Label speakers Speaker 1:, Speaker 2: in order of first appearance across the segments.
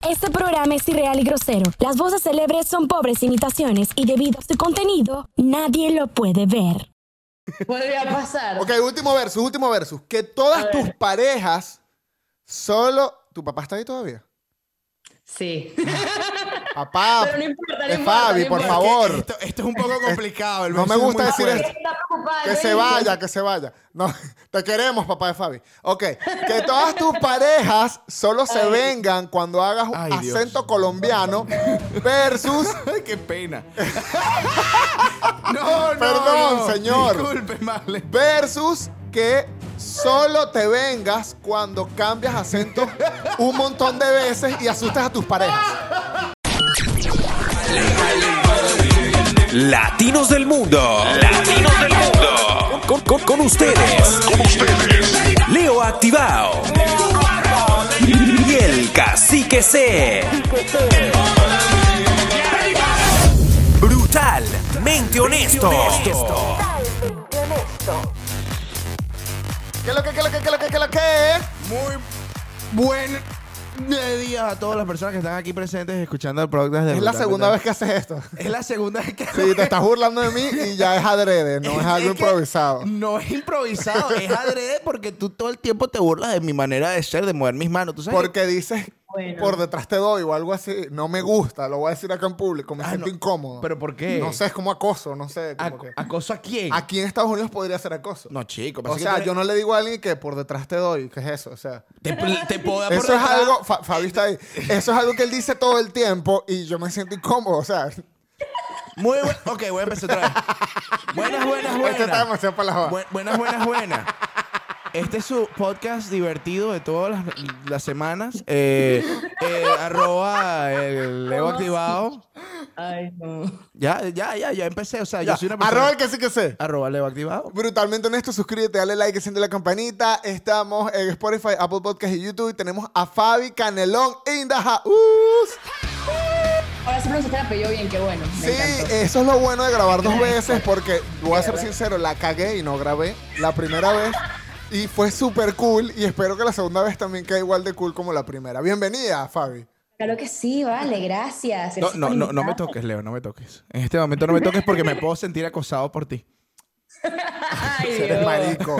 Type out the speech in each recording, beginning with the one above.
Speaker 1: Este programa es irreal y grosero. Las voces célebres son pobres imitaciones y debido a su contenido, nadie lo puede ver.
Speaker 2: Vuelve a pasar.
Speaker 3: Ok, último versus, último versus. Que todas tus parejas solo. ¿Tu papá está ahí todavía?
Speaker 2: Sí.
Speaker 3: Papá.
Speaker 2: Pero no importa, no
Speaker 3: eh,
Speaker 2: importa,
Speaker 3: Fabi,
Speaker 2: no
Speaker 3: por
Speaker 2: importa.
Speaker 3: favor.
Speaker 4: Esto, esto es un poco complicado. el
Speaker 3: No me
Speaker 4: verso es
Speaker 3: gusta
Speaker 4: muy
Speaker 3: decir
Speaker 4: fuerte.
Speaker 3: esto. Que se vaya, que se vaya. No, te queremos, papá de Fabi. Ok, que todas tus parejas solo se vengan cuando hagas un
Speaker 4: Ay, Dios.
Speaker 3: acento colombiano versus
Speaker 4: Ay, qué pena. no, no.
Speaker 3: Perdón,
Speaker 4: no.
Speaker 3: señor.
Speaker 4: Disculpe, Marley.
Speaker 3: versus que solo te vengas cuando cambias acento un montón de veces y asustas a tus parejas.
Speaker 5: Latinos del Mundo. Latinos del Mundo. Con, con- con ustedes. Leo Activado. Y el Cacique C. Brutalmente honesto.
Speaker 3: ¿Qué es lo que, qué es lo que, qué es lo que, qué es lo que?
Speaker 4: Muy buen día a todas las personas que están aquí presentes escuchando el podcast de
Speaker 3: Es la
Speaker 4: Brutalmente.
Speaker 3: segunda vez que haces esto.
Speaker 4: Es la segunda vez que
Speaker 3: Sí, te estás burlando de mí y ya es adrede, no es algo
Speaker 4: que
Speaker 3: improvisado.
Speaker 4: No es improvisado, es adrede porque tú todo el tiempo te burlas de mi manera de ser, de mover mis manos. ¿Tú sabes?
Speaker 3: Porque dices,
Speaker 2: Bueno.
Speaker 3: por detrás te doy o algo así, no me gusta, lo voy a decir acá en público, me
Speaker 4: Ah,
Speaker 3: siento
Speaker 4: no.
Speaker 3: incómodo.
Speaker 4: ¿Pero por qué?
Speaker 3: No sé, es como acoso, no sé.
Speaker 4: ¿A,
Speaker 3: como que-
Speaker 4: ¿Acoso a quién?
Speaker 3: Aquí en Estados Unidos podría ser acoso.
Speaker 4: No, chico. pasa
Speaker 3: o
Speaker 4: que
Speaker 3: sea,
Speaker 4: tú eres-
Speaker 3: yo no le digo a alguien que por detrás te doy, ¿qué es eso? O sea,
Speaker 4: Te, pl- te puedo dar Ah, por
Speaker 3: eso es
Speaker 4: detrás.
Speaker 3: algo, Fa- Fabi está ahí, eso es algo que él dice todo el tiempo y yo me siento incómodo, o sea,
Speaker 4: Muy bueno. Ok, voy a empezar otra vez. Buenas, buenas, buenas.
Speaker 3: Este está demasiado para la joda.
Speaker 4: Buen- buenas, buenas, buenas. Este es su podcast divertido de todas las, las semanas. Eh, eh, arroba el Leo Activado.
Speaker 2: Ay, no.
Speaker 4: Ya, ya, ya, ya empecé. O sea, Ah, yo soy una persona.
Speaker 3: arroba el que sí que sé.
Speaker 4: Arroba Leo Activado.
Speaker 3: Brutalmente honesto, suscríbete, dale like, enciende la campanita. Estamos en Spotify, Apple Podcast y YouTube. Y tenemos a Fabi Canelón in the house.
Speaker 2: Ahora sí pronunciaste el apellido bien, qué bueno. Me
Speaker 3: Sí, eh.
Speaker 2: encantó.
Speaker 3: eso es lo bueno de grabar dos veces porque voy a ser sincero, la cagué y no grabé la primera vez y fue súper cool y espero que la segunda vez también quede igual de cool como la primera. Bienvenida, Fabi.
Speaker 2: Claro que sí, vale, gracias.
Speaker 4: No,
Speaker 2: Gracias
Speaker 4: no,
Speaker 2: por
Speaker 4: no, no me
Speaker 2: invitarme.
Speaker 4: toques, Leo, no me toques. En este momento no me toques porque me puedo sentir acosado por ti.
Speaker 2: Ay,
Speaker 3: Eres
Speaker 2: Dios.
Speaker 3: marico.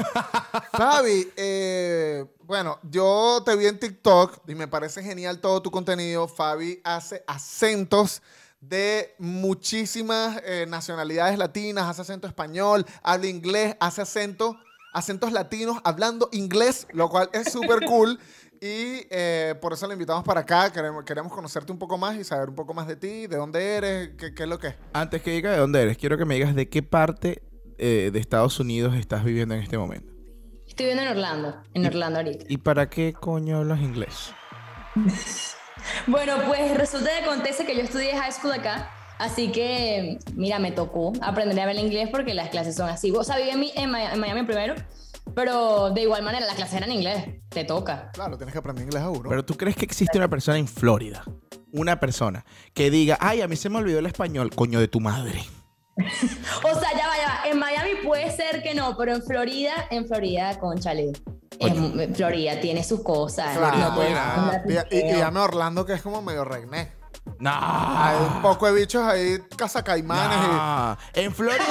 Speaker 3: Fabi, eh, bueno, yo te vi en TikTok y me parece genial todo tu contenido. Fabi hace acentos de muchísimas eh, nacionalidades latinas, hace acento español, habla inglés, hace acento, acentos latinos hablando inglés, lo cual es súper cool. Y eh, por eso la invitamos para acá. Queremos, queremos conocerte un poco más y saber un poco más de ti, de dónde eres, qué, qué es lo que es.
Speaker 4: Antes que diga de dónde eres, quiero que me digas de qué parte eh, de Estados Unidos estás viviendo en este momento.
Speaker 2: Estoy viviendo en Orlando, en Orlando ahorita.
Speaker 4: ¿Y para qué coño hablas inglés?
Speaker 2: Bueno, pues resulta que acontece que yo estudié high school acá, así que, mira, me tocó aprender a hablar inglés porque las clases son así. O sea, viví en, mi- en Mi- en Miami primero, pero de igual manera las clases eran en inglés, te toca.
Speaker 3: Claro, tienes que aprender inglés a uno.
Speaker 4: Pero tú crees que existe una persona en Florida, una persona que diga, ay, a mí se me olvidó el español, coño de tu madre.
Speaker 2: O sea, ya va, ya va. En Miami puede ser que no, pero en Florida, en Florida, conchale. En en Florida tiene sus cosas.
Speaker 3: Claro,
Speaker 2: no puedes
Speaker 4: pues,
Speaker 3: mira,
Speaker 2: hablar
Speaker 3: y, y, y
Speaker 2: feo.
Speaker 3: llame a Orlando que es como medio regné.
Speaker 4: No.
Speaker 3: Hay
Speaker 4: Ah.
Speaker 3: un poco de bichos ahí, cazacaimanes y.
Speaker 4: No. En Florida,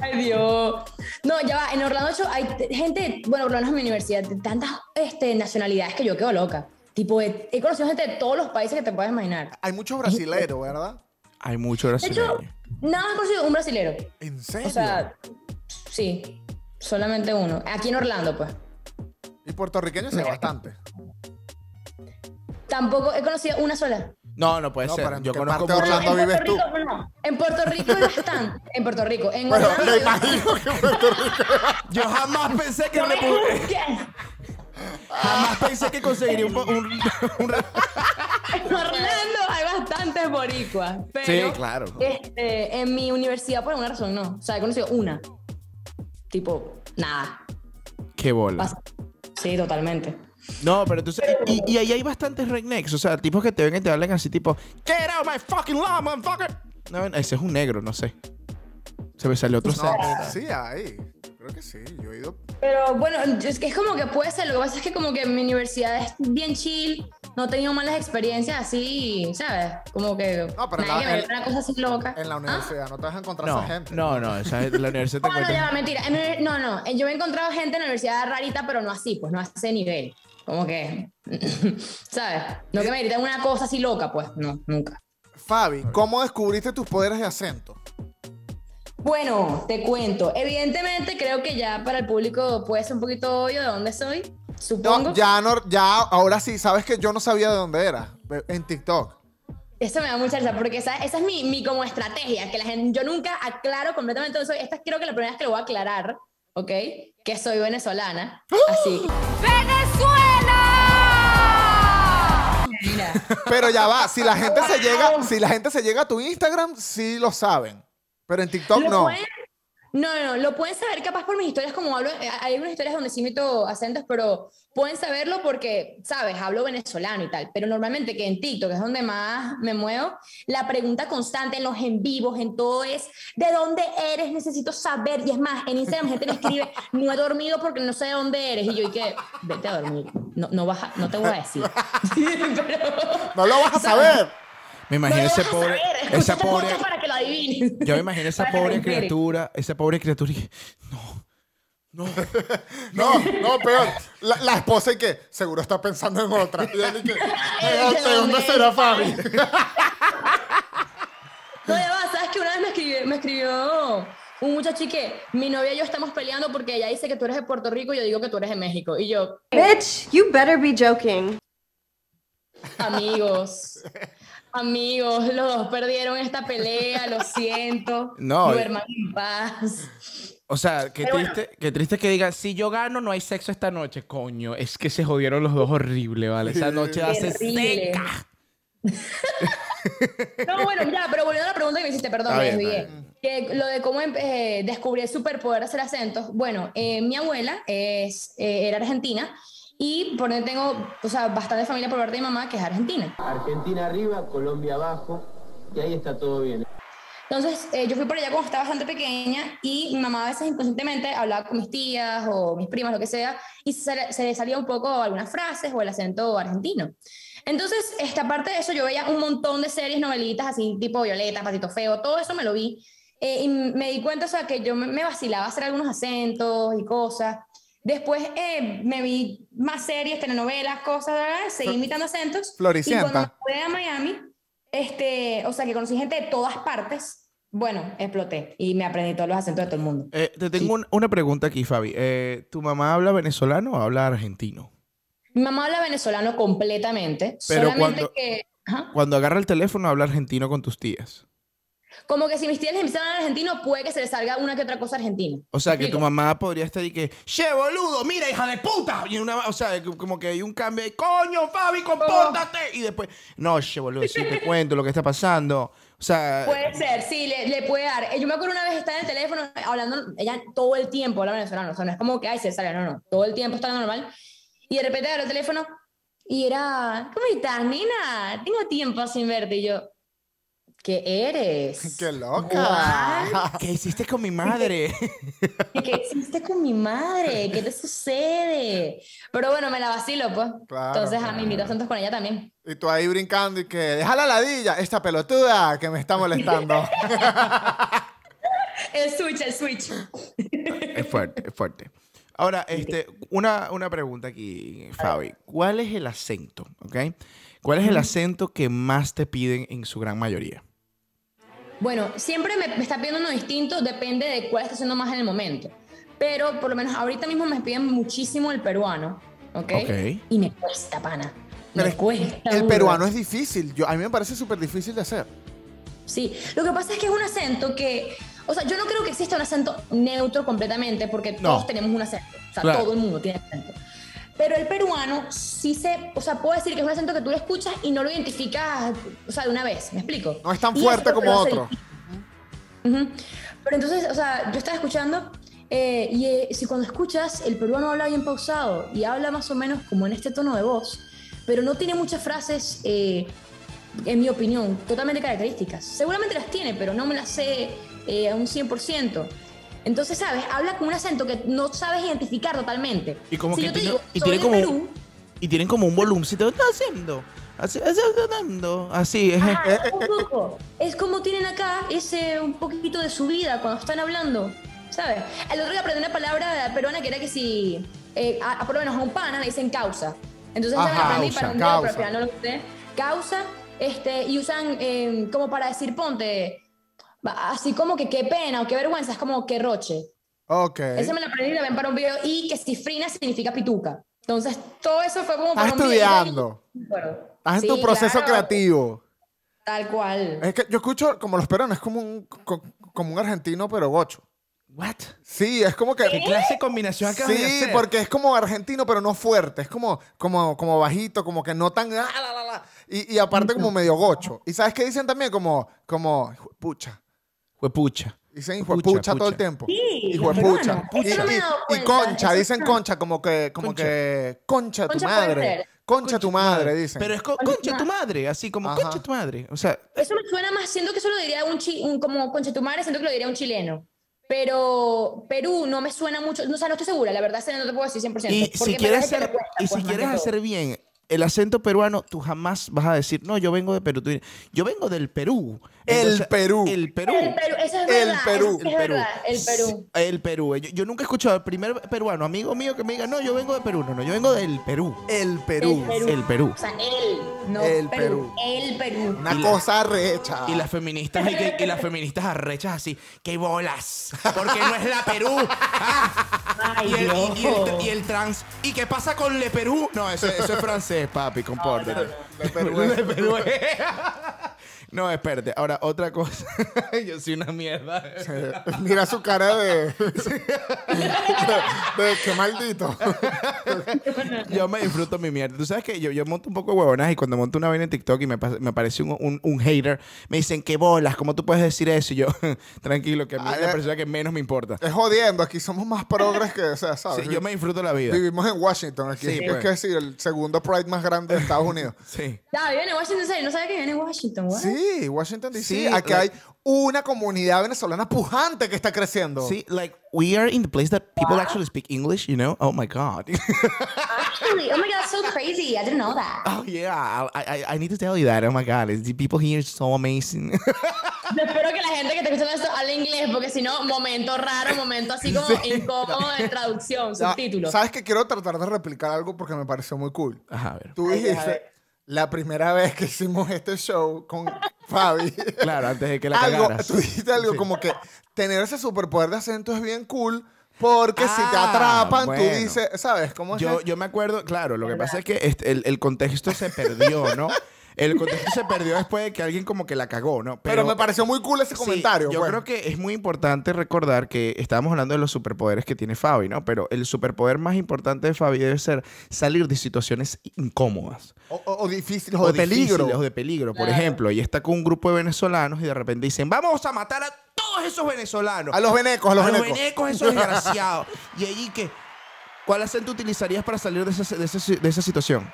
Speaker 2: Ay, Dios. No, ya va. En Orlando ocho hay t- gente, bueno, por lo menos en mi universidad, de tantas este, nacionalidades que yo quedo loca. Tipo, he, he conocido gente de todos los países que te puedes imaginar.
Speaker 3: Hay muchos brasileros, ¿verdad?
Speaker 4: hay mucho
Speaker 2: De hecho,
Speaker 4: brasileño.
Speaker 2: nada más he conocido un brasilero.
Speaker 3: ¿En serio?
Speaker 2: O sea, sí, solamente uno. Aquí en Orlando, pues.
Speaker 3: y puertorriqueños sí, bastante.
Speaker 2: Tampoco he conocido una sola.
Speaker 4: No, no puede
Speaker 3: No, pero
Speaker 4: ser.
Speaker 3: ¿en
Speaker 4: Yo
Speaker 3: qué
Speaker 4: conozco
Speaker 3: parte de
Speaker 4: mucho-
Speaker 3: Orlando?
Speaker 2: en Puerto
Speaker 3: vives tú?
Speaker 2: Rico, bueno, En Puerto Rico hay bastante. En Puerto Rico. En
Speaker 3: Bueno,
Speaker 2: Orlando
Speaker 3: me
Speaker 2: hay bastante.
Speaker 3: imagino que Puerto Rico.
Speaker 4: Yo jamás pensé que
Speaker 2: No me
Speaker 4: Repu-
Speaker 2: juzgues.
Speaker 4: jamás pensé que conseguiría un, po- un- un re-
Speaker 2: En Orlando hay bastantes boricuas. Pero
Speaker 4: Sí, claro.
Speaker 2: este, en mi universidad, por alguna razón, no. O sea, he conocido una. Tipo, nada.
Speaker 4: Qué bola.
Speaker 2: Pasa. Sí, totalmente.
Speaker 4: No, pero tú sabes- y, y ahí hay bastantes rednecks, o sea, tipos que te ven y te hablan así tipo, "Get out my fucking lawn, motherfucker." No, ese es un negro, no sé. Se me salió otro
Speaker 3: No,
Speaker 4: sexo.
Speaker 3: sí, ahí. creo que sí, yo he ido.
Speaker 2: Pero bueno, es que es como que puede ser. Lo que pasa es que como que mi universidad es bien chill. No he tenido malas experiencias así, ¿sabes? Como que
Speaker 3: No, pero
Speaker 2: nadie
Speaker 3: la-
Speaker 2: que me
Speaker 3: el-
Speaker 2: dio una cosa así Ah. loca.
Speaker 3: En la universidad, no te vas a encontrar
Speaker 4: No,
Speaker 3: esa gente.
Speaker 4: no, no, esa es la universidad te
Speaker 2: No, no, ya va,
Speaker 4: encuentra.
Speaker 2: mentira. En el- no, no. eh, Yo he encontrado gente en la universidad rarita, pero no así, pues no a ese nivel. Como que, ¿sabes? No que me griten una cosa así loca, pues no, nunca.
Speaker 3: Fabi, ¿cómo descubriste tus poderes de acento?
Speaker 2: Bueno, te cuento. Evidentemente creo que ya para el público puede ser un poquito obvio de dónde soy, supongo.
Speaker 3: No, ya, no, ya, ahora sí, sabes que yo no sabía de dónde era. En TikTok.
Speaker 2: Eso me da mucha risa porque esa, esa es mi, mi como estrategia, que la gente, yo nunca aclaro completamente dónde soy. Esta creo que la primera vez que lo voy a aclarar, ¿ok? Que soy venezolana.
Speaker 3: ¡Ah!
Speaker 2: Así. ¡Venezuela! Mira,
Speaker 3: Pero ya va, si la gente se llega, si la gente se llega a tu Instagram, sí lo saben. Pero en TikTok
Speaker 2: ¿lo
Speaker 3: no.
Speaker 2: pueden- no, no, lo pueden saber capaz por mis historias, como hablo, eh, hay unas historias donde sí meto acentos, pero pueden saberlo porque, sabes, hablo venezolano y tal, pero normalmente que en TikTok, que es donde más me muevo, la pregunta constante en los en vivos, en todo es, ¿de dónde eres? Necesito saber, y es más, en Instagram gente me escribe, no he dormido porque no sé de dónde eres, y yo, ¿y qué? Vete a dormir, no, no, vas a- no te voy a decir. Pero-
Speaker 3: No lo vas a
Speaker 2: ¿sabes?
Speaker 3: saber.
Speaker 4: Me
Speaker 2: No
Speaker 4: imagino
Speaker 2: lo vas
Speaker 4: ese
Speaker 2: a
Speaker 4: pobre,
Speaker 2: saber, escucha
Speaker 4: esa
Speaker 2: este
Speaker 4: pobre,
Speaker 2: podcast para que lo adivines.
Speaker 4: yo me imagino esa
Speaker 2: Para que lo
Speaker 4: pobre
Speaker 2: enteres.
Speaker 4: criatura, esa pobre criatura y no, no.
Speaker 3: No, no, peor. La, la esposa y que seguro está pensando en otra. Y él y que, "Eh, ¿de dónde será Fabi?
Speaker 2: No, ya va, sabes que una vez me escribió, me escribió un muchacho y que mi novia y yo estamos peleando porque ella dice que tú eres de Puerto Rico y yo digo que tú eres de México. Y yo,
Speaker 6: Bitch, you better be joking.
Speaker 2: amigos, amigos, los dos perdieron esta pelea, lo siento.
Speaker 4: No,
Speaker 2: Duerman en paz.
Speaker 4: O sea, qué
Speaker 2: Pero bueno.
Speaker 4: triste, qué triste que diga, si yo gano no hay sexo esta noche, coño, es que se jodieron los dos horrible, ¿vale? Esa noche hace
Speaker 2: Terrible.
Speaker 4: seca.
Speaker 2: No, bueno, ya, pero volviendo a la pregunta que me hiciste, perdón,
Speaker 4: Está
Speaker 2: me
Speaker 4: bien,
Speaker 2: desvié.
Speaker 4: está
Speaker 2: Que lo de cómo em- eh, descubrí el superpoder de hacer acentos. Bueno, eh, mi abuela es, eh, era argentina y por donde tengo, o sea, bastante familia por parte de mi mamá que es argentina.
Speaker 7: Argentina arriba, Colombia abajo, y ahí está todo bien.
Speaker 2: Entonces, eh, yo fui para allá cuando estaba bastante pequeña y mi mamá a veces inconscientemente hablaba con mis tías o mis primas, lo que sea, y se, le- se le salía un poco algunas frases o el acento argentino. Entonces, esta parte de eso, yo veía un montón de series, novelitas, así tipo Violeta, Patito Feo, todo eso me lo vi. Eh, y me di cuenta, o sea, que yo me- me vacilaba hacer algunos acentos y cosas. Después eh, me vi más series, telenovelas, cosas, bla, bla, seguí imitando acentos.
Speaker 3: Floricienta.
Speaker 2: Y cuando me fui a Miami, este, o sea, que conocí gente de todas partes, bueno, exploté y me aprendí todos los acentos de todo el mundo.
Speaker 4: Eh, te tengo un- una pregunta aquí, Fabi. Eh, ¿Tu mamá habla venezolano o habla argentino?
Speaker 2: Mi mamá habla venezolano completamente,
Speaker 4: Pero
Speaker 2: solamente
Speaker 4: cuando-
Speaker 2: que... Ajá.
Speaker 4: Cuando agarra el teléfono habla argentino con tus tías.
Speaker 2: Como que si mis tías les empiezan a hablar argentino, puede que se les salga una que otra cosa argentina.
Speaker 4: O sea, que tu
Speaker 2: Explico.
Speaker 4: mamá podría estar y que, che, boludo, mira, hija de puta. Y una, o sea, que- como que hay un cambio ahí, coño, Fabi, compórtate. Y después, no, che, boludo, sí te cuento lo que está pasando. O sea,
Speaker 2: Puede ser, sí, le, le puede dar. Eh, Yo me acuerdo una vez estar en el teléfono eh, hablando, ella todo el tiempo habla venezolano, o sea, no es como que, ay, se sale, no, no, todo el tiempo está normal. Y de repente agarró el teléfono y era, ¿cómo estás, nena? Tengo tiempo sin verte. Y yo, ¿qué eres?
Speaker 3: ¡Qué loca!
Speaker 4: ¿qué hiciste con mi madre?
Speaker 2: ¿Qué, qué hiciste con mi madre? ¿Qué te sucede? Pero bueno, me la vacilo, pues.
Speaker 3: Claro,
Speaker 2: Entonces a
Speaker 3: claro.
Speaker 2: mí invito acentos con ella también.
Speaker 3: Y tú ahí brincando y que, deja la ladilla, esta pelotuda que me está molestando.
Speaker 2: El switch, el switch.
Speaker 4: es fuerte, es fuerte. Ahora, este, una, una pregunta aquí, Fabi. ¿Cuál es el acento, ok? ¿Cuál es el acento que más te piden en su gran mayoría?
Speaker 2: Bueno, siempre me, me está pidiendo uno distinto, depende de cuál está haciendo más en el momento. Pero por lo menos ahorita mismo me piden muchísimo el peruano, ¿ok?
Speaker 4: Ok.
Speaker 2: Y me cuesta, pana.
Speaker 3: Pero
Speaker 2: me
Speaker 3: es-
Speaker 2: cuesta.
Speaker 3: El
Speaker 2: duro.
Speaker 3: peruano es difícil. Yo, a mí me parece súper difícil de hacer.
Speaker 2: Sí, lo que pasa es que es un acento que, o sea, yo no creo que exista un acento neutro completamente porque
Speaker 4: No.
Speaker 2: todos tenemos un acento, o sea,
Speaker 4: Claro.
Speaker 2: todo el mundo tiene acento. Pero el peruano sí se, o sea, puedo decir que es un acento que tú lo escuchas y no lo identificas, o sea, de una vez, ¿me explico?
Speaker 3: No es tan
Speaker 2: Y eso
Speaker 3: fuerte
Speaker 2: lo
Speaker 3: como
Speaker 2: hace
Speaker 3: otro.
Speaker 2: Ujú. Pero entonces, o sea, yo estaba escuchando eh, y eh, si cuando escuchas, el peruano habla bien pausado y habla más o menos como en este tono de voz, pero no tiene muchas frases, eh, en mi opinión, totalmente características. Seguramente las tiene, pero no me las sé eh, a un 100%. Entonces, ¿sabes? Habla con un acento que no sabes identificar totalmente.
Speaker 4: Y como
Speaker 2: si
Speaker 4: que
Speaker 2: yo te
Speaker 4: tiene-
Speaker 2: digo,
Speaker 4: y
Speaker 2: soy
Speaker 4: tiene
Speaker 2: de
Speaker 4: como un-
Speaker 2: Perú,
Speaker 4: Y tienen como un volumcito. ¿Qué estás haciendo? Así, así, hablando, así.
Speaker 3: Eh,
Speaker 4: es-
Speaker 2: Ajá, un poco. Es como tienen acá ese un poquito de su vida cuando están hablando, ¿sabes? El otro día aprendí una palabra peruana que era que si, eh, a, a- por lo menos a un pana le dicen causa. Entonces ya me la
Speaker 3: Ajá,
Speaker 2: aprendí
Speaker 3: causa,
Speaker 2: para un día,
Speaker 3: causa.
Speaker 2: pero al final no lo usé. Causa, este, y usan eh, como para decir ponte, va, así como que qué pena o qué vergüenza, es como que roche.
Speaker 3: Ok.
Speaker 2: Esa me la aprendí también para un video y que cifrina significa pituca. Entonces todo eso fue como para
Speaker 3: Estás
Speaker 2: un video.
Speaker 3: estudiando.
Speaker 2: Bueno,
Speaker 3: Estás
Speaker 2: sí,
Speaker 3: en tu proceso
Speaker 2: claro,
Speaker 3: creativo.
Speaker 2: Tal cual.
Speaker 3: Es que yo escucho como los peruanos, es como un, co- como un argentino, pero gocho.
Speaker 4: What?
Speaker 3: Sí, es como que.
Speaker 4: ¿Qué clase de combinación acabas de
Speaker 3: Sí,
Speaker 4: hacer?
Speaker 3: porque es como argentino, pero no fuerte. Es como, como, como bajito, como que no tan. ah, la, la, la. Y, y aparte, como medio gocho. ¿Y sabes qué dicen también? Como, como pucha.
Speaker 4: Huepucha.
Speaker 3: Dicen
Speaker 4: Pucha,
Speaker 3: hijuepucha todo el
Speaker 4: pucha.
Speaker 3: tiempo.
Speaker 2: Sí,
Speaker 3: Hijo de
Speaker 2: los
Speaker 3: pucha.
Speaker 2: peruanos.
Speaker 3: Y,
Speaker 2: Eso no me he dado
Speaker 3: y- y
Speaker 2: cuenta,
Speaker 3: concha,
Speaker 2: eso
Speaker 3: dicen
Speaker 2: pues, está.
Speaker 3: concha, como que, como
Speaker 4: Concha.
Speaker 3: que concha tu
Speaker 2: Concha puede
Speaker 3: madre.
Speaker 2: ser.
Speaker 3: Concha tu madre, dicen.
Speaker 4: Pero es co-
Speaker 2: Concha Pues
Speaker 4: concha tu madre, así como
Speaker 3: Ajá.
Speaker 4: concha tu madre. O sea,
Speaker 2: Eso me suena más, siento que eso lo diría un, chi- un como conchetumare, siento que lo diría un chileno. Pero Perú no me suena mucho, no, o sea, no estoy segura, la verdad, Selena, no te puedo decir 100%.
Speaker 4: y
Speaker 2: porque
Speaker 4: si
Speaker 2: me
Speaker 4: quieres
Speaker 2: parece que
Speaker 4: hacer,
Speaker 2: recuesta,
Speaker 4: y si
Speaker 2: pues, más
Speaker 4: quieres
Speaker 2: que todo.
Speaker 4: hacer bien el acento peruano, tú jamás vas a decir, no, yo vengo de Perú. Tú dices, yo vengo del Perú.
Speaker 3: El Perú.
Speaker 4: El Perú.
Speaker 2: El Perú, eso es
Speaker 3: El
Speaker 2: verdad,
Speaker 3: Perú,
Speaker 2: eso sí es verdad, el Perú.
Speaker 4: Sí, El Perú. Yo, yo nunca he escuchado al primer peruano, amigo mío, que me diga, no, yo vengo de Perú. No, no, yo vengo del Perú.
Speaker 3: el Perú.
Speaker 2: El Perú.
Speaker 4: El Perú.
Speaker 2: O sea, él, no
Speaker 3: El Perú.
Speaker 2: Perú, el Perú.
Speaker 3: Una
Speaker 4: Y la-
Speaker 3: cosa recha.
Speaker 4: Y las feministas y, que- y las feministas arrechas así, ¡qué bolas! Porque no es la Perú. Ah,
Speaker 2: Ay,
Speaker 4: y, el, y- y el-
Speaker 2: Dios.
Speaker 4: y el trans. ¿Y qué pasa con Le Perú? No, eso, eso es francés, papi, compórtate.
Speaker 3: Le Perú es-
Speaker 4: Le Perú es- No, espérate. Ahora, otra cosa. Yo soy una mierda.
Speaker 3: Mira su cara de. de, de qué maldito.
Speaker 4: Yo me disfruto mi mierda. Tú sabes que yo, yo monto un poco de huevonas y cuando monto una vaina en TikTok y me, pas- me aparece un, un- un hater, me dicen, ¿qué bolas? ¿Cómo tú puedes decir eso? Y yo, tranquilo, que a mí es la
Speaker 3: Ah,
Speaker 4: persona que menos me importa.
Speaker 3: Es jodiendo, aquí somos más progres que, o sea,
Speaker 4: Sí,
Speaker 3: ¿sabes?
Speaker 4: yo me disfruto la vida.
Speaker 3: Vivimos en Washington, aquí
Speaker 4: Sí,
Speaker 3: es
Speaker 4: pues.
Speaker 3: que sí, el segundo Pride más grande de Estados Unidos.
Speaker 4: Sí.
Speaker 2: Ah, viene en Washington, ¿sabes? no sabía que viene en Washington, ¿what?
Speaker 3: Sí, Washington DC.
Speaker 4: Sí,
Speaker 3: aquí
Speaker 4: la-
Speaker 3: hay una comunidad venezolana pujante que está creciendo.
Speaker 4: Sí, like, we are in the place that people actually speak English, you know? Oh my God.
Speaker 2: Actually, oh my god, that's so crazy, I didn't know that.
Speaker 4: oh yeah, I, I, I need to tell you that. Oh my God, it's- the people here are so amazing.
Speaker 2: Yo espero que la gente que está escuchando esto hable inglés, porque si no, momento raro, momento así como incómodo de traducción,
Speaker 3: Ya,
Speaker 2: subtítulos.
Speaker 3: Sabes que quiero tratar de replicar algo porque me pareció muy cool.
Speaker 4: Ajá, a ver.
Speaker 3: Tú dijiste la primera vez que hicimos este show con Fabi.
Speaker 4: Claro, antes de que la
Speaker 3: algo,
Speaker 4: cagaras.
Speaker 3: tú dijiste algo
Speaker 4: Sí.
Speaker 3: como que tener ese superpoder de acento es bien cool porque si te
Speaker 4: Ah,
Speaker 3: atrapan, tú
Speaker 4: bueno.
Speaker 3: dices, ¿sabes cómo es?
Speaker 4: Yo, yo me acuerdo, claro, lo que pasa es que este- el, el contexto se perdió, ¿no? El contexto se perdió después de que alguien como que la cagó, ¿no?
Speaker 3: pero, me pareció muy cool ese
Speaker 4: Sí,
Speaker 3: comentario.
Speaker 4: Yo
Speaker 3: pues.
Speaker 4: creo que es muy importante recordar que estábamos hablando de los superpoderes que tiene Fabi, ¿no? Pero el superpoder más importante de Fabi debe ser salir de situaciones incómodas.
Speaker 3: O, o- o difíciles, o, de peligro.
Speaker 4: difíciles, O de peligro, por
Speaker 2: Claro.
Speaker 4: ejemplo. Y está con un grupo de venezolanos y de repente dicen, vamos a matar a todos esos venezolanos.
Speaker 3: A los venecos, a los
Speaker 4: A
Speaker 3: venecos.
Speaker 4: esos desgraciados. y allí que, ¿cuál acento utilizarías para salir de esa, de esa- de esa situación?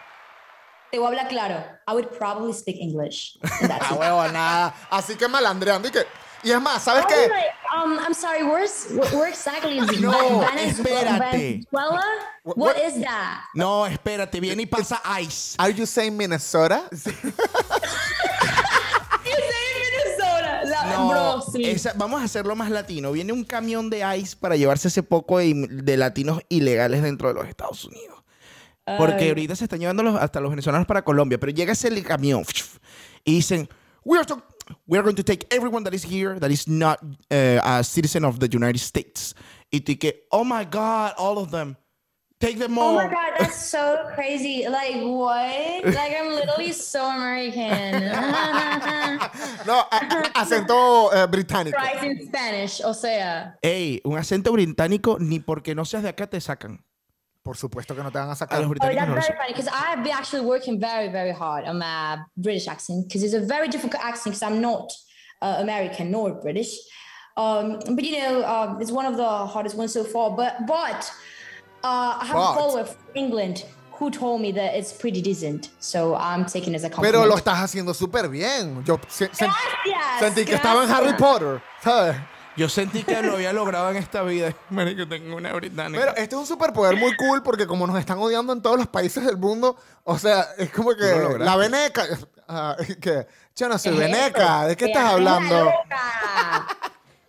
Speaker 2: Te voy a hablar claro. I would probably speak English.
Speaker 3: Ah, huevo, nada. Así que malandreando y que. Y es más, ¿sabes qué?
Speaker 2: Um, I'm sorry, where's, where exactly is
Speaker 4: No,
Speaker 2: Venez-
Speaker 4: espérate.
Speaker 2: Venezuela?
Speaker 3: What-
Speaker 2: What is that?
Speaker 4: No, espérate, viene y pasa Ice.
Speaker 3: Are you saying Minnesota?
Speaker 2: You say Minnesota. La,
Speaker 4: No,
Speaker 2: bro, sí.
Speaker 4: esa- vamos a hacerlo más latino. Viene un camión de ICE para llevarse ese poco de, de latinos ilegales dentro de los Estados Unidos. Porque ahorita se están llevando los- hasta los venezolanos para Colombia, pero llega ese camión y dicen, we are, so- we are going to take everyone that is here that is not eh, a citizen of the United States. Y tú y que, oh my God, all of them. Take them all.
Speaker 2: Oh my god, that's so crazy. Like what? Like I'm literally so American.
Speaker 3: No, a- acento eh, británico.
Speaker 2: Fries in Spanish, o sea.
Speaker 4: Ey, un acento británico, ni porque no seas de acá te sacan.
Speaker 3: Por supuesto que no te van a
Speaker 4: A
Speaker 3: sacar.
Speaker 4: los
Speaker 2: Oh,
Speaker 4: británicos
Speaker 2: that's
Speaker 4: no los
Speaker 2: very funny because I've been actually working very, very hard on my British accent because it's a very different accent because I'm not uh, American nor British. Um, but you know, um, it's one of the hardest ones so far. But but uh, I have
Speaker 3: But.
Speaker 2: a follower from England who told me that it's pretty decent, so I'm taking it as a compliment.
Speaker 3: Pero lo estás haciendo súper bien. Yo se- se-
Speaker 2: Gracias,
Speaker 3: sentí que estaba en Harry
Speaker 2: gracias.
Speaker 3: Potter, ¿sabes?
Speaker 4: Yo sentí que lo había logrado en esta vida. Marico, tengo una británica.
Speaker 3: Pero este es un superpoder muy cool porque como nos están odiando en todos los países del mundo, o sea, es como que
Speaker 4: Lo lograste.
Speaker 3: la veneca. ah, ¿Qué? Yo no soy
Speaker 2: ¿Qué es
Speaker 3: veneca.
Speaker 2: eso?
Speaker 3: ¿De qué
Speaker 2: Te
Speaker 3: estás
Speaker 2: haces la
Speaker 3: hablando?
Speaker 2: loca.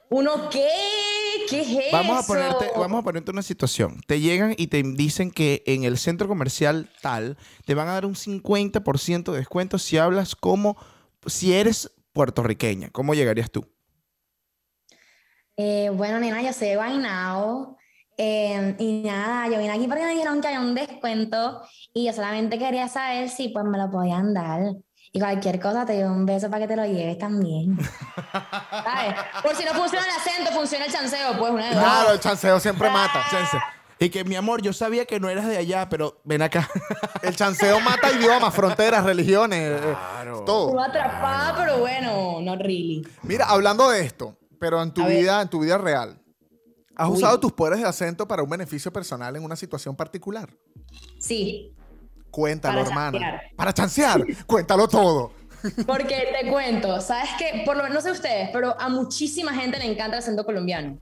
Speaker 2: Uno, ¿qué? ¿Qué
Speaker 3: eh,
Speaker 2: es
Speaker 4: Vamos a,
Speaker 2: eso?
Speaker 4: ponerte, vamos a ponerte una situación. Te llegan y te dicen que en el centro comercial tal te van a dar un 50% de descuento si hablas como, si eres puertorriqueña. ¿Cómo llegarías tú?
Speaker 2: Eh, bueno, nena, yo soy de Guaynao. eh, y nada, yo vine aquí porque me dijeron que había un descuento y yo solamente quería saber si pues me lo podían dar. Y cualquier cosa te doy un beso para que te lo lleves también. ¿Sabes? Por si no funciona el acento, funciona el chanceo, pues una de dos.
Speaker 3: Claro, el chanceo siempre mata.
Speaker 4: Chance. Y que mi amor, yo sabía que no eras de allá, pero ven acá.
Speaker 3: El chanceo mata idiomas, fronteras, religiones, eh, todo.
Speaker 2: Estuvo atrapada, pero bueno, no really.
Speaker 3: Mira, hablando de esto, pero en tu
Speaker 2: A ver.
Speaker 3: vida, en tu vida real, ¿has usado tus poderes de acento para un beneficio personal en una situación particular?
Speaker 2: Sí,
Speaker 3: Cuéntalo,
Speaker 2: Para
Speaker 3: hermana.
Speaker 2: chancear.
Speaker 3: Para chancear, cuéntalo todo.
Speaker 2: porque te cuento, ¿sabes qué? Por lo, no sé ustedes, pero a muchísima gente le encanta el acento colombiano.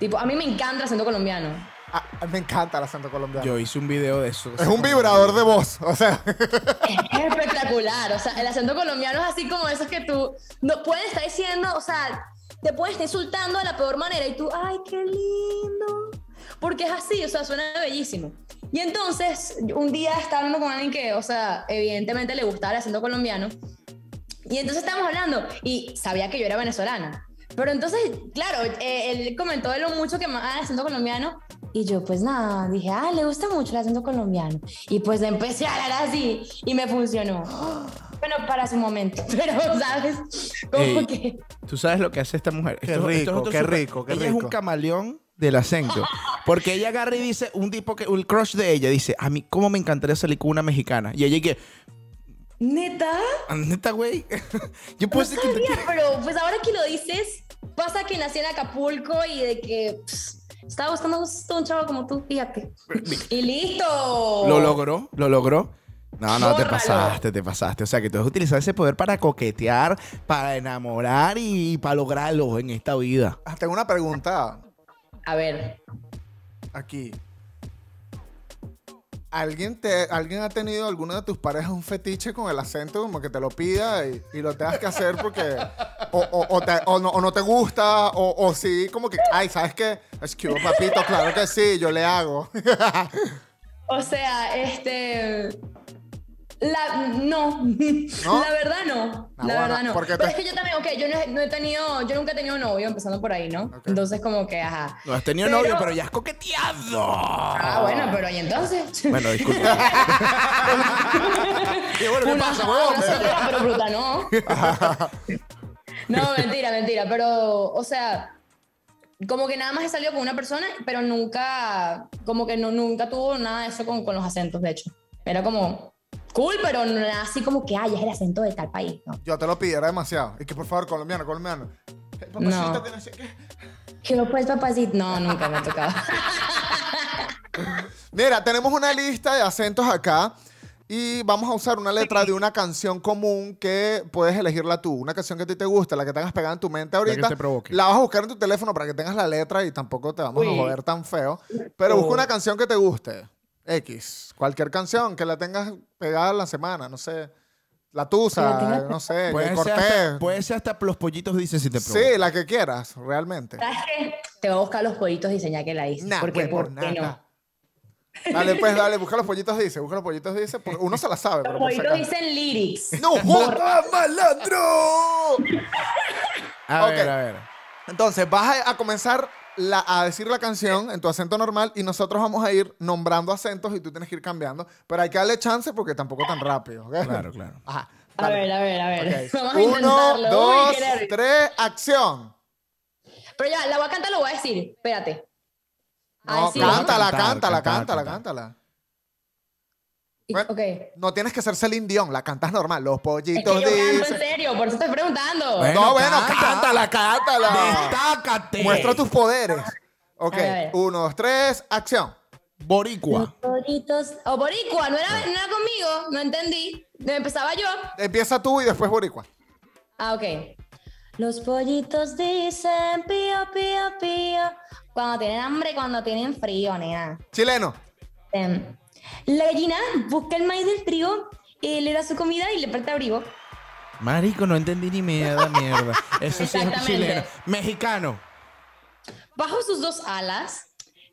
Speaker 2: Tipo, a mí me encanta el acento colombiano.
Speaker 3: Ah, me encanta el acento colombiano.
Speaker 4: Yo hice un video de eso.
Speaker 3: Es un vibrador de voz, o sea.
Speaker 2: Es espectacular, o sea, el acento colombiano es así como esos que tú no puedes estar diciendo, o sea, te pueden estar insultando de la peor manera y tú, ay, qué lindo, porque es así, o sea, suena bellísimo. Y entonces, un día estaba hablando con alguien que, o sea, evidentemente le gustaba el acento colombiano, y entonces estábamos hablando y sabía que yo era venezolana. Pero entonces, claro, eh, él comentó de lo mucho que más el acento colombiano. Y yo, pues nada, dije, ah, le gusta mucho el acento colombiano. Y pues le empecé a hablar así y me funcionó. Bueno, para su momento, pero, ¿sabes? Como
Speaker 4: Ey.
Speaker 2: que.
Speaker 4: Tú sabes lo que hace esta mujer.
Speaker 3: Qué
Speaker 4: Esto- esto
Speaker 3: rico,
Speaker 4: otro
Speaker 3: qué
Speaker 4: super-
Speaker 3: rico, qué
Speaker 4: ella es
Speaker 3: rico.
Speaker 4: un camaleón del acento. Porque ella agarra y dice, un tipo que, un crush de ella, dice, a mí cómo me encantaría salir con una mexicana. Y ella y que,
Speaker 2: Neta.
Speaker 4: neta, güey, yo
Speaker 2: No
Speaker 4: puedo decir que te
Speaker 2: sabía, pero pues ahora que lo dices, pasa que nací en Acapulco y de que pss, estaba buscando un, un chavo como tú, fíjate. Y listo.
Speaker 4: Lo logró, lo logró. No, no, te
Speaker 2: Bórralo.
Speaker 4: pasaste, te pasaste. O sea, que tú has utilizado ese poder para coquetear, para enamorar y para lograrlo en esta vida.
Speaker 3: Ah, Tengo una pregunta
Speaker 2: A ver.
Speaker 3: aquí. ¿Alguien, te, ¿Alguien ha tenido alguna de tus parejas un fetiche con el acento como que te lo pida y, y lo tengas que hacer porque o, o- o te- o no, o no te gusta o, o sí como que, ay, ¿sabes qué? Es que hubo, papito, claro que sí, yo le hago.
Speaker 2: O sea, este. La, no.
Speaker 3: ¿No?
Speaker 2: la verdad no.
Speaker 3: Ah,
Speaker 2: la
Speaker 3: bueno,
Speaker 2: verdad no.
Speaker 3: porque
Speaker 2: Pero
Speaker 3: te-
Speaker 2: es que yo también, ok, yo no, he- no he tenido, yo nunca he tenido novio, empezando por ahí, ¿no? Entonces como que, ajá.
Speaker 4: No has tenido
Speaker 2: Pero-
Speaker 4: novio, pero ya has coqueteado.
Speaker 2: Ah, bueno, pero ¿y entonces?
Speaker 4: Bueno, disculpa.
Speaker 3: Y bueno, ¿qué
Speaker 2: Una-
Speaker 3: pasa,
Speaker 2: una
Speaker 3: huevón?
Speaker 2: soltera, pero bruta, no. no, mentira, mentira. Pero, o sea, como que nada más he salido con una persona, pero nunca, como que no, nunca tuvo nada de eso con, con los acentos, de hecho. Era como cool, pero no era así como que, ay, es el acento de tal país, ¿no?
Speaker 3: Yo te lo pidiera demasiado. Y que por favor, colombiano, colombiano. Eh, papacito,
Speaker 2: No.
Speaker 3: que no sé qué.
Speaker 2: Que lo pues, papacito. No, nunca me ha tocado.
Speaker 3: Mira, tenemos una lista de acentos acá y vamos a usar una letra de una canción común que puedes elegirla tú. Una canción que a ti te gusta, la que tengas pegada en tu mente ahorita.
Speaker 4: te provoque.
Speaker 3: La vas a buscar en tu teléfono para que tengas la letra y tampoco te vamos a
Speaker 2: Uy. Oh.
Speaker 3: joder tan feo. Pero busca una canción que te guste. X. Cualquier canción que la tengas pegada en la semana, no sé. La
Speaker 2: la
Speaker 3: Tusa,
Speaker 2: tengas-
Speaker 3: no sé,
Speaker 4: puede,
Speaker 3: el
Speaker 4: ser hasta,
Speaker 3: Cortés.
Speaker 4: puede ser hasta los pollitos dicen si te provoca.
Speaker 3: Sí, la que quieras, realmente.
Speaker 2: ¿Sabes qué? Te voy a buscar los pollitos y señal que la hice.
Speaker 3: Nah,
Speaker 2: porque,
Speaker 3: pues,
Speaker 2: ¿por
Speaker 3: por
Speaker 2: qué no?
Speaker 3: nada. Dale, pues, dale, busca los pollitos dice, busca los pollitos dice, porque uno se la sabe.
Speaker 2: Los
Speaker 3: pero por si
Speaker 2: pollitos
Speaker 3: acaso.
Speaker 2: dicen lyrics.
Speaker 3: ¡No jodas, malandro!
Speaker 4: A
Speaker 3: Ok.
Speaker 4: ver, a ver.
Speaker 3: Entonces, vas a, a comenzar la- a decir la canción en tu acento normal y nosotros vamos a ir nombrando acentos y tú tienes que ir cambiando. Pero hay que darle chance porque tampoco tan rápido, ¿ok?
Speaker 4: Claro, claro.
Speaker 3: Ajá.
Speaker 2: A ver, a ver, a ver.
Speaker 3: dale. Ok.
Speaker 2: Vamos a
Speaker 3: Uno,
Speaker 2: intentarlo. Uy,
Speaker 3: dos,
Speaker 2: qué nervios.
Speaker 3: tres, acción.
Speaker 2: Pero ya, la voy a cantar, lo voy a decir. Espérate. A
Speaker 3: No,
Speaker 2: decir,
Speaker 3: cántala,
Speaker 4: Cantar,
Speaker 3: cántala,
Speaker 4: cantar,
Speaker 3: cántala,
Speaker 4: cantar.
Speaker 3: cántala.
Speaker 2: Y-
Speaker 3: bueno.
Speaker 2: Ok. Es
Speaker 3: No tienes que ser Celine Dion, la cantas normal. Los
Speaker 2: que
Speaker 3: pollitos
Speaker 2: yo canto en
Speaker 3: dicen.
Speaker 2: serio, por eso estoy preguntando.
Speaker 4: Bueno,
Speaker 3: No, bueno,
Speaker 4: cántala.
Speaker 3: cántala, cántala.
Speaker 4: Destácate.
Speaker 3: Muestra tus poderes. Ok,
Speaker 2: A ver, a ver.
Speaker 3: uno, dos, tres, acción.
Speaker 4: Boricua.
Speaker 2: Boritos. O Boricua, no era, no era conmigo, no entendí. Empezaba yo.
Speaker 3: Empieza tú y después Boricua.
Speaker 2: Ah, ok. Los pollitos dicen pío, pío, pío. Cuando tienen hambre, cuando tienen frío, nena.
Speaker 3: Chileno.
Speaker 2: Em, la gallina busca el maíz del trigo, eh, le da su comida y le presta abrigo.
Speaker 4: Marico, no entendí ni mierda, mierda. Eso sí es
Speaker 2: Exactamente.
Speaker 4: chileno. Mexicano.
Speaker 2: Bajo sus dos alas,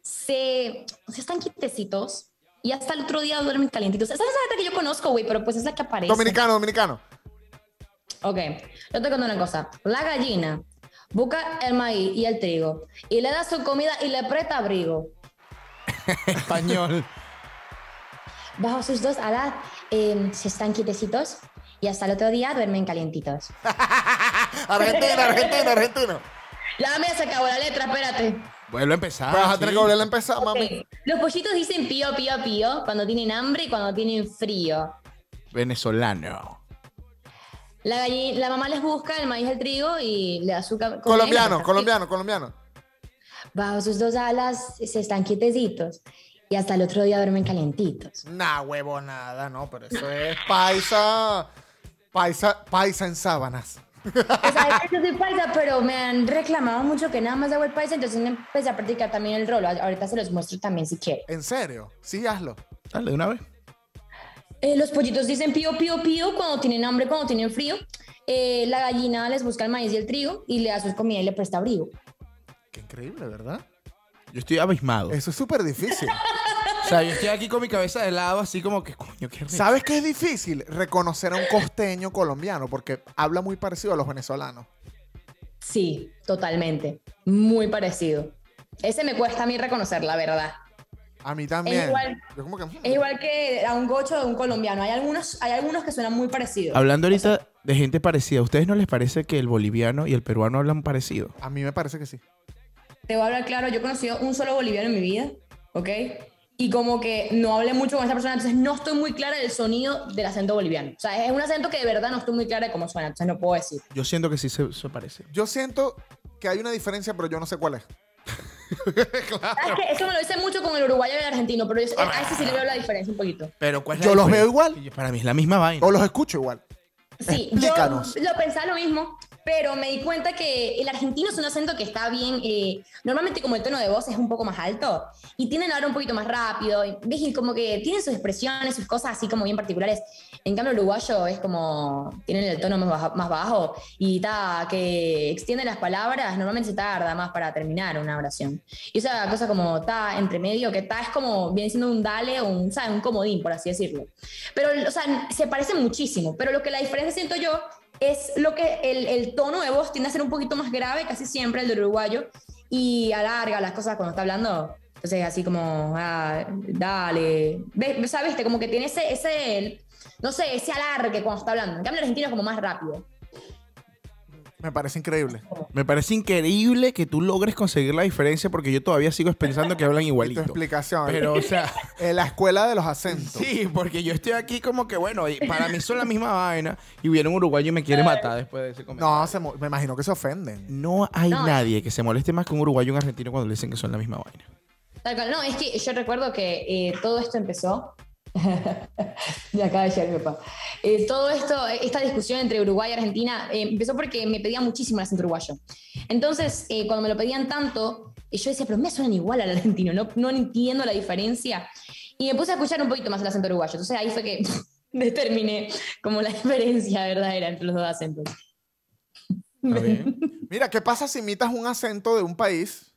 Speaker 2: se, se están quietecitos y hasta el otro día duermen calientitos. Esa es la gente que yo conozco, güey, pero pues es la que aparece.
Speaker 3: Dominicano, dominicano.
Speaker 2: Ok, yo te cuento una cosa. La gallina busca el maíz y el trigo y le da su comida y le presta abrigo.
Speaker 4: Español.
Speaker 2: Bajo sus dos alas eh, se están quietecitos y hasta el otro día duermen calientitos.
Speaker 3: Argentina, Argentina, Argentina.
Speaker 2: Ya me se acabó la letra, espérate.
Speaker 4: Vuelvo a empezar.
Speaker 3: Vas a tener
Speaker 4: Ah, sí.
Speaker 3: que volver a empezar, mami.
Speaker 2: Ok, Los pollitos dicen pío, pío, pío cuando tienen hambre y cuando tienen frío.
Speaker 4: Venezolano.
Speaker 2: La, galli- la mamá les busca el maíz, el trigo y le da su ca- comida y le
Speaker 3: Colombiano,
Speaker 2: presta-
Speaker 3: colombiano, colombiano.
Speaker 2: Bajo sus dos alas se están quietecitos y hasta el otro día duermen calientitos.
Speaker 3: Nah, huevo, nada, no, pero eso es paisa. Paisa, paisa en sábanas.
Speaker 2: O sea, yo soy paisa, pero me han reclamado mucho que nada más hago el paisa, entonces empecé a practicar también el rolo. Ahorita se los muestro también si quieren.
Speaker 3: ¿En serio? Sí, hazlo.
Speaker 4: Dale, de una vez.
Speaker 2: Eh, los pollitos dicen pío, pío, pío cuando tienen hambre, cuando tienen frío. Eh, la gallina les busca el maíz y el trigo y le da sus comidas y le presta abrigo.
Speaker 3: Qué increíble, ¿verdad?
Speaker 4: Yo estoy abismado.
Speaker 3: Eso es súper difícil.
Speaker 4: O sea, yo estoy aquí con mi cabeza de lado, así como que, coño, qué rico.
Speaker 3: ¿Sabes qué es difícil? Reconocer a un costeño colombiano porque habla muy parecido a los venezolanos.
Speaker 2: Sí, totalmente. Muy parecido. Ese me cuesta a mí reconocer, la verdad.
Speaker 3: A mí también.
Speaker 2: igual.
Speaker 3: Yo como que, mm.
Speaker 2: Es igual que a un gocho de un colombiano. Hay algunos, hay algunos que suenan muy parecidos.
Speaker 4: Hablando ahorita de gente parecida, ¿a ustedes no les parece que el boliviano y el peruano hablan parecido?
Speaker 3: A mí me parece que sí.
Speaker 2: Te voy a hablar claro, yo he conocido un solo boliviano en mi vida, ¿ok? Y como que no hablé mucho con esa persona, entonces no estoy muy clara del sonido del acento boliviano. O sea, es un acento que de verdad no estoy muy clara de cómo suena, entonces no puedo decir.
Speaker 4: Yo siento que sí se, se parece.
Speaker 3: Yo siento que hay una diferencia, pero yo no sé cuál es.
Speaker 2: ¿Sabes qué? Eso me lo dice mucho con el uruguayo y el argentino, pero yo- a ese sí le veo la diferencia un poquito.
Speaker 4: Pero ¿cuál es
Speaker 3: Yo
Speaker 4: la
Speaker 3: los veo
Speaker 4: diferencia?
Speaker 3: igual.
Speaker 4: Para mí es la misma vaina.
Speaker 3: O los escucho igual.
Speaker 2: Sí, yo
Speaker 3: Explícanos.
Speaker 2: lo pensaba lo mismo, pero me di cuenta que el argentino es un acento que está bien, eh, normalmente como el tono de voz es un poco más alto y tienden a hablar un poquito más rápido, y, ¿ves? Y como que tienen sus expresiones, sus cosas así como bien particulares. En cambio el uruguayo es como, tienen el tono más bajo, más bajo y ta, que extienden las palabras, normalmente se tarda más para terminar una oración. Y esa cosa como ta, entre medio, que ta es como, viene siendo un dale o un, ¿sabes? un comodín, por así decirlo. Pero, o sea, se parecen muchísimo, pero lo que la diferencia siento yo es lo que el, el tono de voz tiende a ser un poquito más grave casi siempre el del uruguayo y alarga las cosas cuando está hablando. Entonces, así como, ah, dale. ¿Ves? ¿Sabes? Como que tiene ese, ese, no sé, ese alargue cuando está hablando. En cambio, el argentino es como más rápido.
Speaker 3: Me parece increíble.
Speaker 4: Me parece increíble que tú logres conseguir la diferencia porque yo todavía sigo pensando que hablan
Speaker 3: Tu
Speaker 4: igualito.
Speaker 3: explicación.
Speaker 4: Pero, o sea,
Speaker 3: Eh, la escuela de los acentos.
Speaker 4: sí, porque yo estoy aquí como que, bueno, y para mí son la misma vaina y viene un uruguayo y me quiere matar después de ese comentario.
Speaker 3: No, se mo- me imagino que se ofenden.
Speaker 4: No hay
Speaker 2: No.
Speaker 4: nadie que se moleste más que un uruguayo y un argentino cuando le dicen que son la misma vaina.
Speaker 2: Tal cual. No, es que yo recuerdo que eh, todo esto empezó. Me acaba de llegar mi papá. Eh, todo esto, eh, esta discusión entre Uruguay y Argentina eh, empezó porque me pedían muchísimo el acento uruguayo. Entonces, eh, cuando me lo pedían tanto, eh, yo decía, pero me suenan igual al argentino, no, no entiendo la diferencia. Y me puse a escuchar un poquito más el acento uruguayo. Entonces ahí fue que determiné como la diferencia verdadera entre los dos acentos.
Speaker 4: Está bien.
Speaker 3: Mira, ¿qué pasa si imitas un acento de un país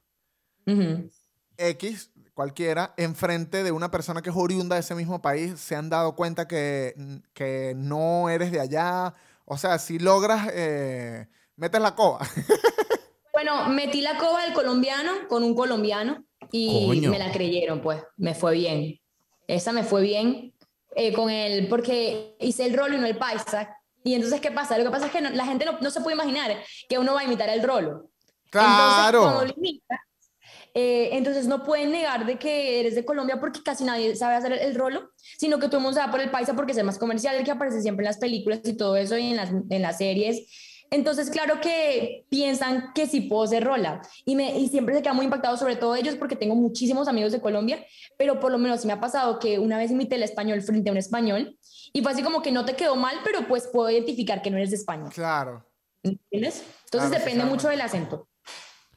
Speaker 2: Ujú.
Speaker 3: X, cualquiera, enfrente de una persona que es oriunda de ese mismo país? ¿Se han dado cuenta que, que no eres de allá? O sea, si logras, eh, metes la coba.
Speaker 2: Bueno, metí la coba del colombiano con un colombiano y
Speaker 4: Coño.
Speaker 2: me la creyeron, pues. Me fue bien. Esa me fue bien eh, con él, porque hice el rolo y no el paisa. Y entonces, ¿qué pasa? Lo que pasa es que no- la gente no, no se puede imaginar que uno va a imitar el rolo. Entonces,
Speaker 3: Claro.
Speaker 2: cuando lo imitas, eh, entonces no pueden negar de que eres de Colombia porque casi nadie sabe hacer el, el rolo, sino que todo el mundo se va por el paisa porque es el más comercial, el que aparece siempre en las películas y todo eso y en las, en las series. Entonces, claro que piensan que sí puedo ser rola. Y, me, y siempre se queda muy impactado, sobre todo ellos, porque tengo muchísimos amigos de Colombia, pero por lo menos sí me ha pasado que una vez imité el español frente a un español y fue así como que no te quedó mal, pero pues puedo identificar que no eres de España.
Speaker 3: Claro.
Speaker 2: ¿Entiendes? Entonces
Speaker 3: Claro, sí,
Speaker 2: depende
Speaker 3: claro.
Speaker 2: mucho del acento.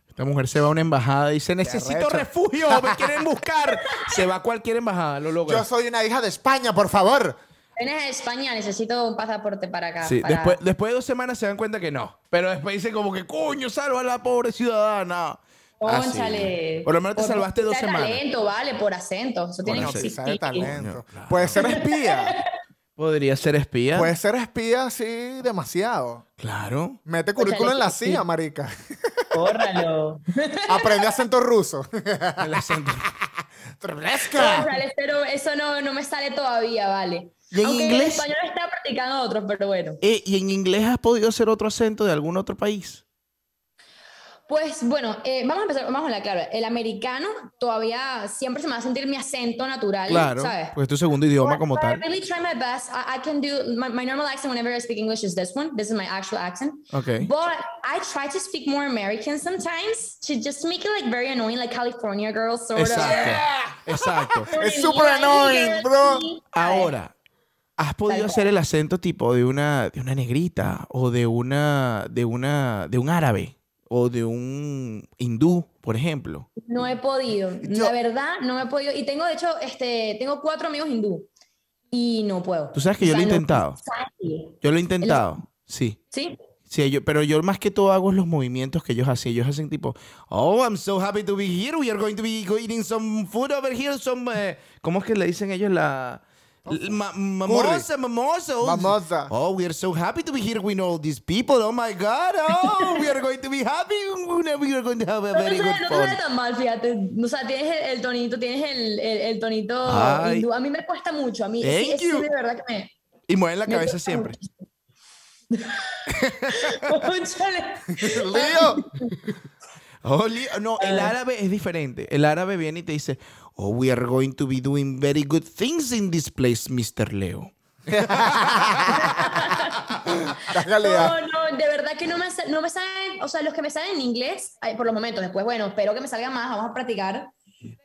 Speaker 4: Esta mujer se va a una embajada y dice, necesito
Speaker 3: arrecho".
Speaker 4: refugio, me quieren buscar. se va a cualquier embajada, lo logra.
Speaker 3: Yo soy una hija de España, por favor.
Speaker 2: Vienes a España, necesito un pasaporte para acá.
Speaker 4: Sí,
Speaker 2: para-
Speaker 4: después, después de dos semanas se dan cuenta que no. Pero después dicen como que, coño, salva a la pobre ciudadana. Así.
Speaker 2: Cónchale.
Speaker 4: Ah, Por lo menos te salvaste dos
Speaker 2: de
Speaker 4: semanas.
Speaker 2: talento, vale, por acento. Eso tiene
Speaker 4: No,
Speaker 2: que
Speaker 4: acento.
Speaker 3: Quizá de
Speaker 2: existir.
Speaker 3: talento. Puede ser espía.
Speaker 4: Podría ser espía.
Speaker 3: Puede ser espía, sí, demasiado.
Speaker 4: Claro.
Speaker 3: Mete currículum en la CIA, marica.
Speaker 2: Córralo.
Speaker 3: Aprende acento ruso.
Speaker 4: El acento.
Speaker 3: ¡Trebleska!
Speaker 2: Córrale, pero eso no, no me sale todavía, vale.
Speaker 4: ¿Y en
Speaker 2: Aunque
Speaker 4: inglés?
Speaker 2: el español está practicando otros, pero bueno.
Speaker 4: Eh, ¿Y en inglés has podido hacer otro acento de algún otro país?
Speaker 2: Pues bueno, eh, vamos a empezar, vamos a hablar claro. El americano todavía siempre se me va a sentir mi acento natural,
Speaker 4: Claro.
Speaker 2: ¿sabes?
Speaker 4: Porque es tu segundo idioma como
Speaker 2: But I
Speaker 4: tal.
Speaker 2: really try my best. I, I can do my, my normal accent whenever I speak English is this one. This is my actual accent.
Speaker 4: Okay.
Speaker 2: But I try to speak more American sometimes to just make it like very annoying, like California girls sort
Speaker 4: Exacto.
Speaker 2: of.
Speaker 4: Exacto.
Speaker 3: Es super annoying, bro.
Speaker 4: Ahora, ¿has podido
Speaker 2: cual.
Speaker 4: hacer el acento tipo de una, de una negrita o de una, de una, de un árabe o de un hindú, por ejemplo?
Speaker 2: No he podido.
Speaker 3: Yo-
Speaker 2: La verdad, no me he podido. Y tengo, de hecho, este, tengo cuatro amigos hindú y no puedo.
Speaker 4: Tú sabes que yo lo he
Speaker 2: no-
Speaker 4: intentado. Yo lo he intentado, sí.
Speaker 2: Sí.
Speaker 4: Sí, yo, pero yo más que todo hago los movimientos que ellos hacen. Ellos hacen tipo, oh, I'm so happy to be here. We are going to be go- eating some food over here. Some, eh, ¿Cómo es que le dicen ellos la... l- ma- Mimosa, mimosa.
Speaker 3: Mimosa.
Speaker 4: Oh, we are so happy to be here with all these people. Oh my God. Oh, we are going to be happy. We are going to have a
Speaker 2: No te
Speaker 4: very
Speaker 2: sale,
Speaker 4: good
Speaker 2: no te
Speaker 4: fun.
Speaker 2: sale tan mal, fíjate. O sea, tienes el, el tonito, tienes el, el, el tonito
Speaker 4: Ay.
Speaker 2: hindú. A mí me cuesta mucho. A mí sí,
Speaker 4: Thank
Speaker 2: es- sí,
Speaker 4: you.
Speaker 2: de verdad que me,
Speaker 4: Y mueven la
Speaker 2: me
Speaker 4: cabeza
Speaker 2: cuesta
Speaker 4: siempre.
Speaker 2: mucho. Cónchale.
Speaker 3: ¡Lío!
Speaker 4: Oh, li- no, el
Speaker 2: Ah.
Speaker 4: árabe es diferente. El árabe viene y te dice, oh, we are going to be doing very good things in this place, Mr. Leo.
Speaker 3: La calidad.
Speaker 2: No, no, de verdad que no me, sa- no me salen, o sea, los que me salen en inglés, ay, por los momentos, después, bueno, espero que me salga más, vamos a practicar,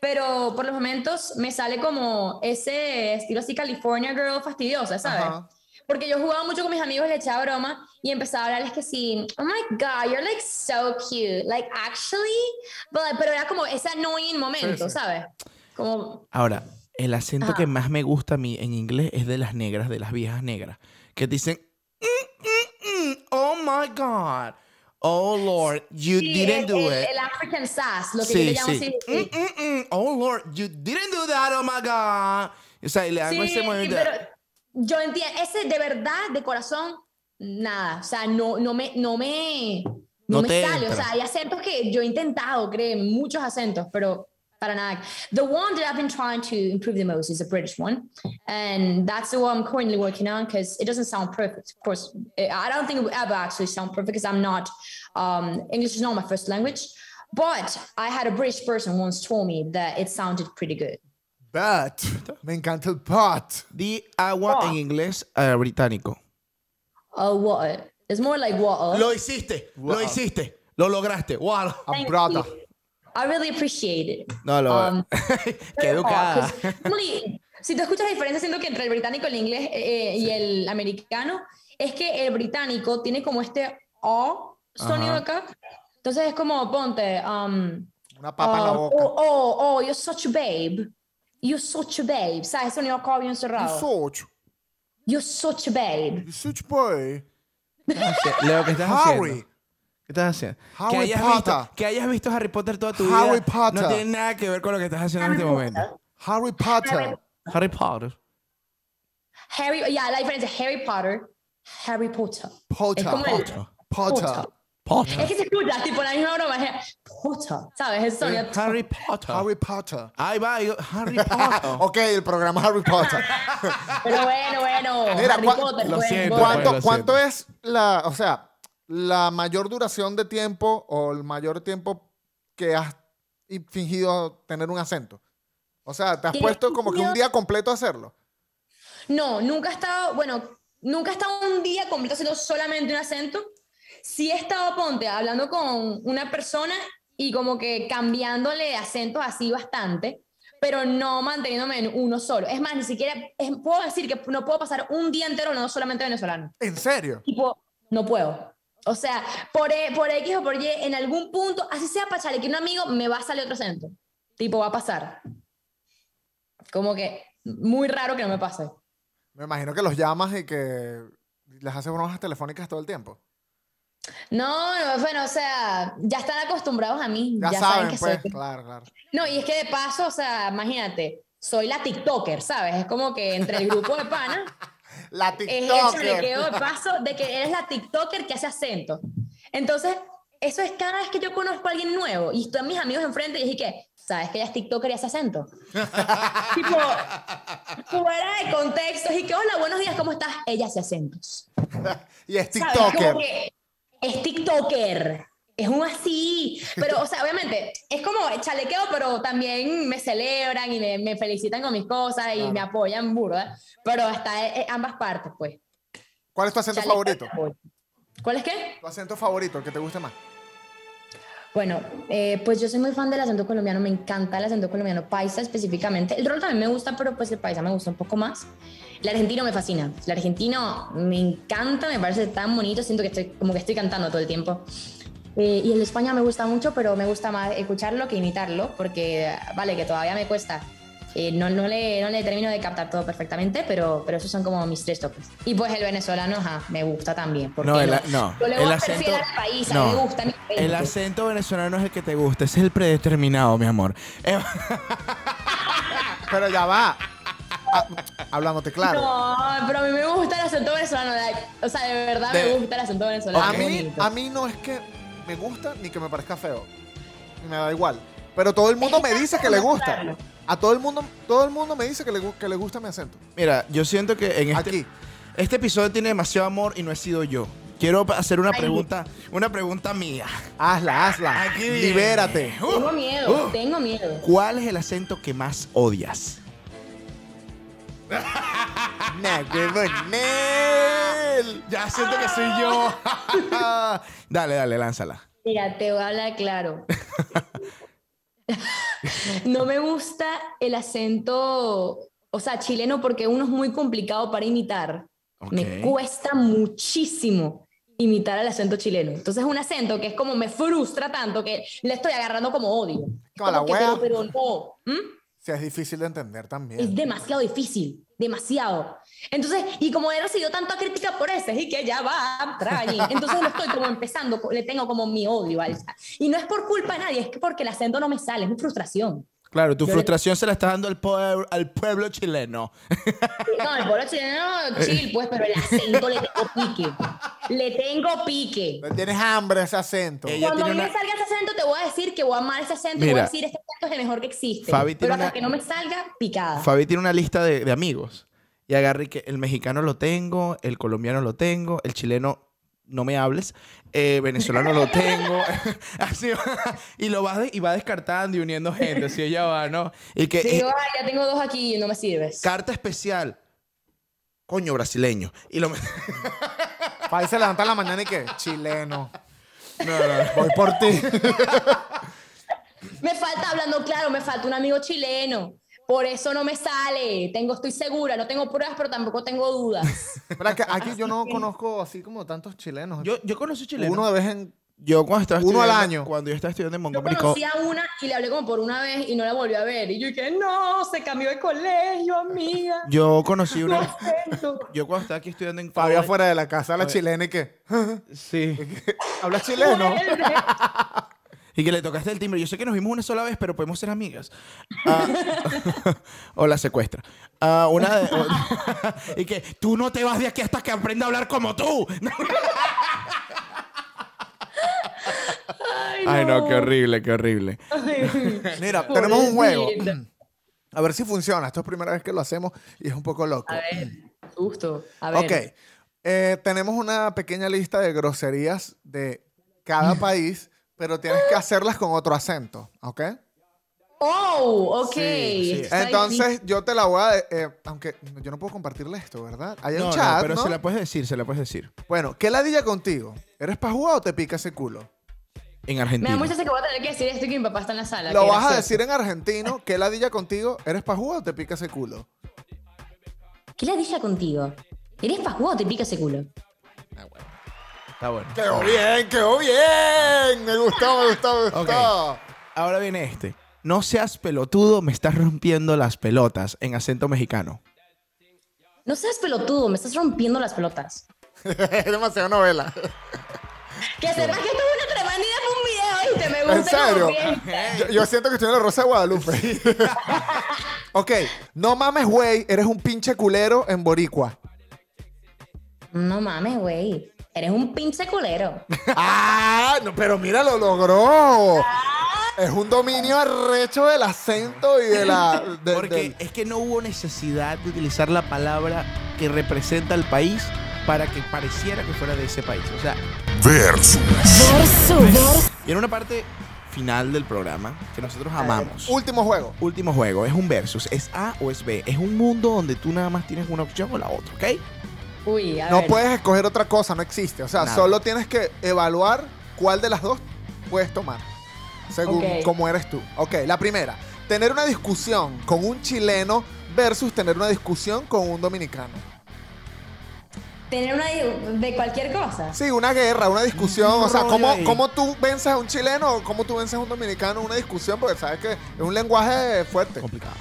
Speaker 2: pero por los momentos me sale como ese estilo así California Girl fastidiosa, ¿sabes?
Speaker 3: Ajá.
Speaker 2: Porque yo jugaba mucho con mis amigos, le echaba broma y empezaba a hablarles que sí, oh my god, you're like so cute, like actually, but, pero era como ese annoying momento, ¿sabes? Como,
Speaker 4: Ahora, el acento
Speaker 2: Ah.
Speaker 4: que más me gusta a mí en inglés es de las negras, de las viejas negras, que te dicen, "Mm, mm, mm, oh my God, oh Lord, you
Speaker 2: sí,
Speaker 4: didn't
Speaker 2: el,
Speaker 4: do
Speaker 2: el-
Speaker 4: it.
Speaker 2: el African sass, lo que yo
Speaker 4: sí,
Speaker 2: le llamo
Speaker 4: sí.
Speaker 2: así. sí.
Speaker 4: "Mm, mm, mm, oh Lord, you didn't do that, oh my God. O sea, y le hago
Speaker 2: Sí,
Speaker 4: ese movimiento.
Speaker 2: pero yo entiendo, ese de verdad, de corazón, nada, o sea, no, no me, no me, no,
Speaker 4: No
Speaker 2: me
Speaker 4: te
Speaker 2: sale, o
Speaker 4: entra.
Speaker 2: sea, hay acentos que yo he intentado, creen, muchos acentos, pero para nada. The one that I've been trying to improve the most is the British one, and that's the one I'm currently working on because it doesn't sound perfect. Of course, eh, I don't think it will ever actually sound perfect because I'm not, um, English is not my first language. But I had a British person once told me that it sounded pretty good.
Speaker 3: But. Me encanta el but.
Speaker 4: Di agua en inglés eh, británico.
Speaker 2: Oh, what? It's more like water.
Speaker 4: Lo hiciste, lo hiciste, lo lograste. Wow.
Speaker 3: A
Speaker 2: Thank
Speaker 3: brother.
Speaker 2: you. I really appreciate it.
Speaker 4: No, lo...
Speaker 2: Um,
Speaker 4: Qué educada.
Speaker 2: Oh, 'cause normally, si tú escuchas la diferencia, siento que entre el británico, el inglés eh, y el americano, es que el británico tiene como este O sonido
Speaker 4: Ajá.
Speaker 2: acá. Entonces es como, ponte, um,
Speaker 3: Una papa en la
Speaker 2: um,
Speaker 3: boca.
Speaker 2: oh, oh, oh, you're such a babe. You're such a babe. ¿Sabes? Ese sonido acá bien cerrado.
Speaker 3: Such.
Speaker 2: You're such a babe.
Speaker 3: Such boy.
Speaker 4: Leo, ¿qué estás haciendo?
Speaker 3: Harry.
Speaker 4: ¿Qué estás haciendo?
Speaker 3: Harry
Speaker 4: que, hayas
Speaker 3: Potter.
Speaker 4: Visto, que hayas visto Harry Potter toda tu
Speaker 3: Harry
Speaker 4: vida.
Speaker 3: Potter.
Speaker 4: No tiene nada que ver con lo que estás haciendo en este momento.
Speaker 3: Harry Potter.
Speaker 4: Harry Potter.
Speaker 2: Harry, ya, la diferencia es Harry Potter, Harry Potter.
Speaker 3: Potter.
Speaker 2: Es como el-
Speaker 3: Potter. Potter.
Speaker 2: Es
Speaker 4: Potter.
Speaker 2: que se escucha, tipo la misma broma. es Potter, ¿sabes? Es sonido.
Speaker 4: Harry Potter.
Speaker 3: Harry Oh. Potter.
Speaker 4: Ahí va, yo- Harry Potter.
Speaker 3: Ok, el programa Harry Potter.
Speaker 2: Pero bueno, bueno.
Speaker 3: Mira,
Speaker 2: Harry
Speaker 3: cua-
Speaker 2: Potter,
Speaker 4: lo
Speaker 2: pues,
Speaker 4: siento,
Speaker 2: bueno.
Speaker 4: Bueno,
Speaker 3: ¿Cuánto,
Speaker 4: lo
Speaker 3: cuánto es la, o sea, la mayor duración de tiempo o el mayor tiempo que has i- fingido tener un acento? O sea, te has
Speaker 2: Que
Speaker 3: puesto
Speaker 2: he
Speaker 3: como que un
Speaker 2: fingido-
Speaker 3: día completo a hacerlo.
Speaker 4: pues.
Speaker 2: No, nunca he estado, bueno, nunca he estado un día completo haciendo solamente un acento. Sí he estado, ponte, hablando con una persona y como que cambiándole de acentos así bastante, pero no manteniéndome en uno solo. Es más, ni siquiera, es- puedo decir que no puedo pasar un día entero no solamente venezolano.
Speaker 3: ¿En serio?
Speaker 2: Tipo, no puedo. O sea, por, E- por X o por Y, en algún punto, así sea para chalequear un amigo, me va a salir otro acento. Tipo, va a pasar. Como que muy raro que no me pase.
Speaker 3: Me imagino que los llamas y que les haces bromas telefónicas todo el tiempo.
Speaker 2: No, no, bueno, o sea, ya están acostumbrados a mí.
Speaker 3: Ya,
Speaker 2: Ya,
Speaker 3: saben,
Speaker 2: que
Speaker 3: pues.
Speaker 2: soy.
Speaker 3: Claro, claro.
Speaker 2: No, y es que de paso, o sea, imagínate, soy la TikToker, ¿sabes? Es como que entre el grupo de panas
Speaker 3: La
Speaker 2: es
Speaker 3: TikTok.
Speaker 2: el chalequeo de "Oh, paso de que eres la TikToker que hace acento. Entonces, eso es cada vez que yo conozco a alguien nuevo y están mis amigos enfrente y dije que, ¿sabes que ella es TikToker y hace acento? tipo, fuera de contexto, y que, hola, buenos días, ¿cómo estás? Ella hace acentos.
Speaker 3: y
Speaker 2: ¿sabes?
Speaker 3: es TikToker.
Speaker 2: Como que es TikToker. Es un así. Pero, o sea, obviamente, es como chalequeo, pero también me celebran y me, me felicitan con mis cosas y me apoyan burro, ¿eh? Pero está eh, ambas partes, pues.
Speaker 3: ¿Cuál es tu acento
Speaker 2: Chaleco
Speaker 3: favorito?
Speaker 2: de apoyo. ¿Cuál es qué?
Speaker 3: Tu acento favorito, el que te guste más.
Speaker 2: Bueno, eh, pues yo soy muy fan del acento colombiano, me encanta el acento colombiano paisa específicamente. El rol también me gusta, pero pues el paisa me gusta un poco más. El argentino me fascina, el argentino me encanta, me parece tan bonito, siento que estoy como que estoy cantando todo el tiempo. Eh, y el de España me gusta mucho, pero me gusta más escucharlo que imitarlo, porque vale, que todavía me cuesta. Eh, no, no, le, no le termino de captar todo perfectamente, pero, pero esos son como mis tres toques. Y pues el venezolano, ajá, me gusta también. ¿por
Speaker 4: No,
Speaker 2: qué
Speaker 4: el, a- no.
Speaker 2: Yo le voy
Speaker 4: el
Speaker 2: a acento,
Speaker 4: acento,
Speaker 2: al país, a
Speaker 4: no.
Speaker 2: mí me gusta mi país.
Speaker 4: el acento venezolano es el que te gusta, ese es el predeterminado, mi amor. Eh,
Speaker 3: Pero ya va. Ah, hablándote claro.
Speaker 2: No, pero a mí me gusta el acento venezolano. la- O sea, de verdad
Speaker 4: De-
Speaker 2: me gusta el acento venezolano.
Speaker 3: A
Speaker 4: Ok.
Speaker 3: mí,
Speaker 2: bonito.
Speaker 3: a mí no es que me gusta ni que me parezca feo. Me da igual. Pero todo el mundo me dice que le gusta. A todo el mundo, todo el mundo me dice que le, gu- que le gusta mi acento.
Speaker 4: Mira, yo siento que en este,
Speaker 3: Aquí.
Speaker 4: este episodio tiene demasiado amor y no he sido yo. Quiero pa- hacer una pregunta, una pregunta mía.
Speaker 3: Hazla, hazla.
Speaker 4: Aquí viene.
Speaker 3: Libérate.
Speaker 4: Uh,
Speaker 2: tengo miedo,
Speaker 4: uh.
Speaker 2: tengo miedo.
Speaker 4: ¿Cuál es el acento que más odias?
Speaker 3: Nah, huevón, Nel.
Speaker 4: Ya siento que soy yo. dale, dale, lánzala.
Speaker 2: Mira, te voy a hablar claro. no me gusta el acento, o sea, chileno, porque uno es muy complicado para imitar. Me
Speaker 4: Ok.
Speaker 2: cuesta muchísimo imitar el acento chileno. Entonces es un acento que es como me frustra tanto que le estoy agarrando como odio. Es
Speaker 3: Como la
Speaker 2: como que,
Speaker 3: wea.
Speaker 2: pero, pero no. ¿Mm?
Speaker 3: Si es difícil de entender
Speaker 2: Es
Speaker 3: también.
Speaker 2: demasiado difícil, demasiado. Entonces, y como he recibido tanta crítica por ese, y que ya va, trae. Entonces lo estoy como empezando, le tengo como mi odio al Y no es por culpa de nadie, es que porque el acento no me sale, es mi frustración.
Speaker 4: Claro, tu
Speaker 2: Yo le-
Speaker 4: frustración se la estás dando al, pue- al pueblo chileno.
Speaker 2: No, el pueblo chileno, chill, pues, pero el acento le tengo pique. Le tengo pique.
Speaker 3: Tienes hambre ese acento.
Speaker 4: Ella-
Speaker 2: Cuando a mí
Speaker 4: tiene
Speaker 2: me
Speaker 4: una-
Speaker 2: salga ese acento, te voy a decir que voy a amar ese acento, y voy
Speaker 4: Mira.
Speaker 2: a decir este acento es el mejor que existe.
Speaker 4: Fabi tiene
Speaker 2: pero hasta
Speaker 4: una-
Speaker 2: que no me salga, picada.
Speaker 4: Fabi tiene una lista de, de amigos. Y agarré que el mexicano lo tengo, el colombiano lo tengo, el chileno no me hables, eh, venezolano lo tengo. Así va. y lo vas de- y va descartando y uniendo gente. Así ella va, ¿no? Y que eh,
Speaker 2: Digo, "Ay, ya tengo dos aquí y no me sirves.
Speaker 4: carta especial. Coño, brasileño. Y lo.
Speaker 3: País se levanta en la mañana y que chileno.
Speaker 4: No, no, no.
Speaker 3: Voy por ti.
Speaker 2: Me falta hablando claro, me falta un amigo chileno. Por eso no me sale. Tengo, estoy segura, no tengo pruebas, pero tampoco tengo dudas.
Speaker 3: Pero que aquí yo no conozco así como tantos chilenos.
Speaker 4: Yo, yo conocí chileno.
Speaker 3: Uno de vez en.
Speaker 4: yo cuando estaba
Speaker 3: uno al
Speaker 4: estudiando-
Speaker 3: año.
Speaker 4: Cuando yo estaba estudiando en
Speaker 2: Yo
Speaker 4: Montgomery Co-
Speaker 2: conocí a una y le hablé como por una vez y no la volví a ver. Y yo dije, no, se cambió de colegio, amiga.
Speaker 4: Yo conocí
Speaker 2: Tu
Speaker 4: una.
Speaker 2: acento.
Speaker 4: Yo cuando estaba aquí estudiando en
Speaker 3: Fabi
Speaker 4: college-
Speaker 3: afuera de la casa, la chilena y que.
Speaker 4: Sí.
Speaker 3: ¿Hablas chileno?
Speaker 2: Vuelve.
Speaker 4: Y que le tocaste el timbre. Yo sé que nos vimos una sola vez, pero podemos ser amigas. Ah, o la secuestra. Ah, una de- o- y que tú no te vas de aquí hasta que aprenda a hablar como tú.
Speaker 2: Ay,
Speaker 4: Ay, no, qué horrible, qué horrible.
Speaker 2: Ay,
Speaker 3: Mira, tenemos un juego.
Speaker 2: pobrecita.
Speaker 3: A ver si funciona. Esto es primera vez que lo hacemos y es un poco loco.
Speaker 2: A ver, justo. A ver.
Speaker 3: Ok. Eh, tenemos una pequeña lista de groserías de cada país, pero tienes que hacerlas con otro acento, ¿ok?
Speaker 2: Oh, ok.
Speaker 4: Sí, sí.
Speaker 2: Está difícil.
Speaker 3: Entonces yo te la voy a... eh, aunque yo no puedo compartirle esto, ¿verdad? Hay
Speaker 4: No,
Speaker 3: un
Speaker 4: no,
Speaker 3: chat,
Speaker 4: pero
Speaker 3: ¿no?
Speaker 4: se la puedes decir, se la puedes decir.
Speaker 3: Bueno, ¿qué ladilla contigo? ¿Eres pajúa o te pica ese culo?
Speaker 4: En
Speaker 2: Me
Speaker 4: Argentina.
Speaker 2: da mucha sed que voy a tener que decir esto y que mi papá está en la sala.
Speaker 3: Lo
Speaker 2: qué
Speaker 3: vas a
Speaker 2: gracioso.
Speaker 3: decir en argentino. ¿Qué ladilla contigo? ¿Eres pajúa o te pica ese culo?
Speaker 2: ¿Qué le dije contigo? ¿Eres pajú o te pica ese culo?
Speaker 4: Está bueno.
Speaker 3: Quedó bien, quedó bien. Me gustó, me gustó, me
Speaker 4: Ok.
Speaker 3: gustó.
Speaker 4: Ahora viene este. No seas pelotudo, me estás rompiendo las pelotas en acento mexicano.
Speaker 2: No seas pelotudo, me estás rompiendo las pelotas.
Speaker 3: es demasiado novela.
Speaker 2: Que será que esto es una tremendida por un video, ¿viste? Me gusta.
Speaker 3: En serio.
Speaker 2: como piensa.
Speaker 3: Yo, yo siento que estoy en la Rosa de Guadalupe. ok. No mames, güey. Eres un pinche culero en Boricua.
Speaker 2: No mames, güey. Eres un pinche culero.
Speaker 3: ¡Ah! no, pero mira, lo logró. Es un dominio arrecho del acento y de la. de-
Speaker 4: Porque
Speaker 3: del-
Speaker 4: es que no hubo necesidad de utilizar la palabra que representa al país para que pareciera que fuera de ese país. O sea,
Speaker 1: Versus. Ver,
Speaker 4: y en una parte final del programa que nosotros amamos.
Speaker 3: Último juego.
Speaker 4: Último juego, es un versus, es A o es B. Es un mundo donde tú nada más tienes una opción o la otra, ¿ok?
Speaker 2: Uy, a
Speaker 3: No
Speaker 2: ver.
Speaker 3: puedes escoger otra cosa, no existe. O sea,
Speaker 4: Nada.
Speaker 3: solo tienes que evaluar cuál de las dos puedes tomar. Según
Speaker 2: Ok.
Speaker 3: cómo eres tú. Ok, la primera. Tener una discusión con un chileno versus tener una discusión con un dominicano.
Speaker 2: Tener una di- de cualquier cosa.
Speaker 3: Sí, una guerra, una discusión.
Speaker 4: Un
Speaker 3: o sea,
Speaker 4: Mm, rollo
Speaker 3: ¿cómo,
Speaker 4: ahí.
Speaker 3: cómo tú vences a un chileno o cómo tú vences a un dominicano en una discusión, porque sabes que es un lenguaje fuerte.
Speaker 4: Complicado.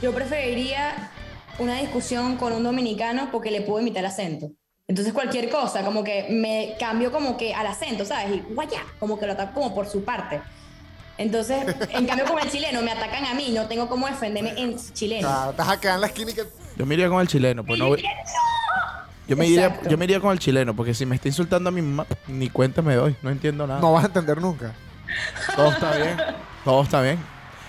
Speaker 2: Yo preferiría una discusión con un dominicano porque le puedo imitar el acento. Entonces cualquier cosa, como que me cambio como que al acento, ¿sabes? Y guayá, como que lo ataco como por su parte. Entonces, en cambio con el chileno, me atacan a mí, no tengo cómo defenderme en chileno.
Speaker 3: Claro, estás acá en la esquina y que.
Speaker 4: Yo me iría con el chileno, pues no. Yo me, iría,
Speaker 2: Exacto.
Speaker 4: yo me iría con el chileno, porque si me está insultando a mi mamá, ni cuenta me doy, no entiendo
Speaker 2: Ah.
Speaker 4: nada.
Speaker 3: No vas a entender nunca.
Speaker 4: Todo está bien. Todo está bien.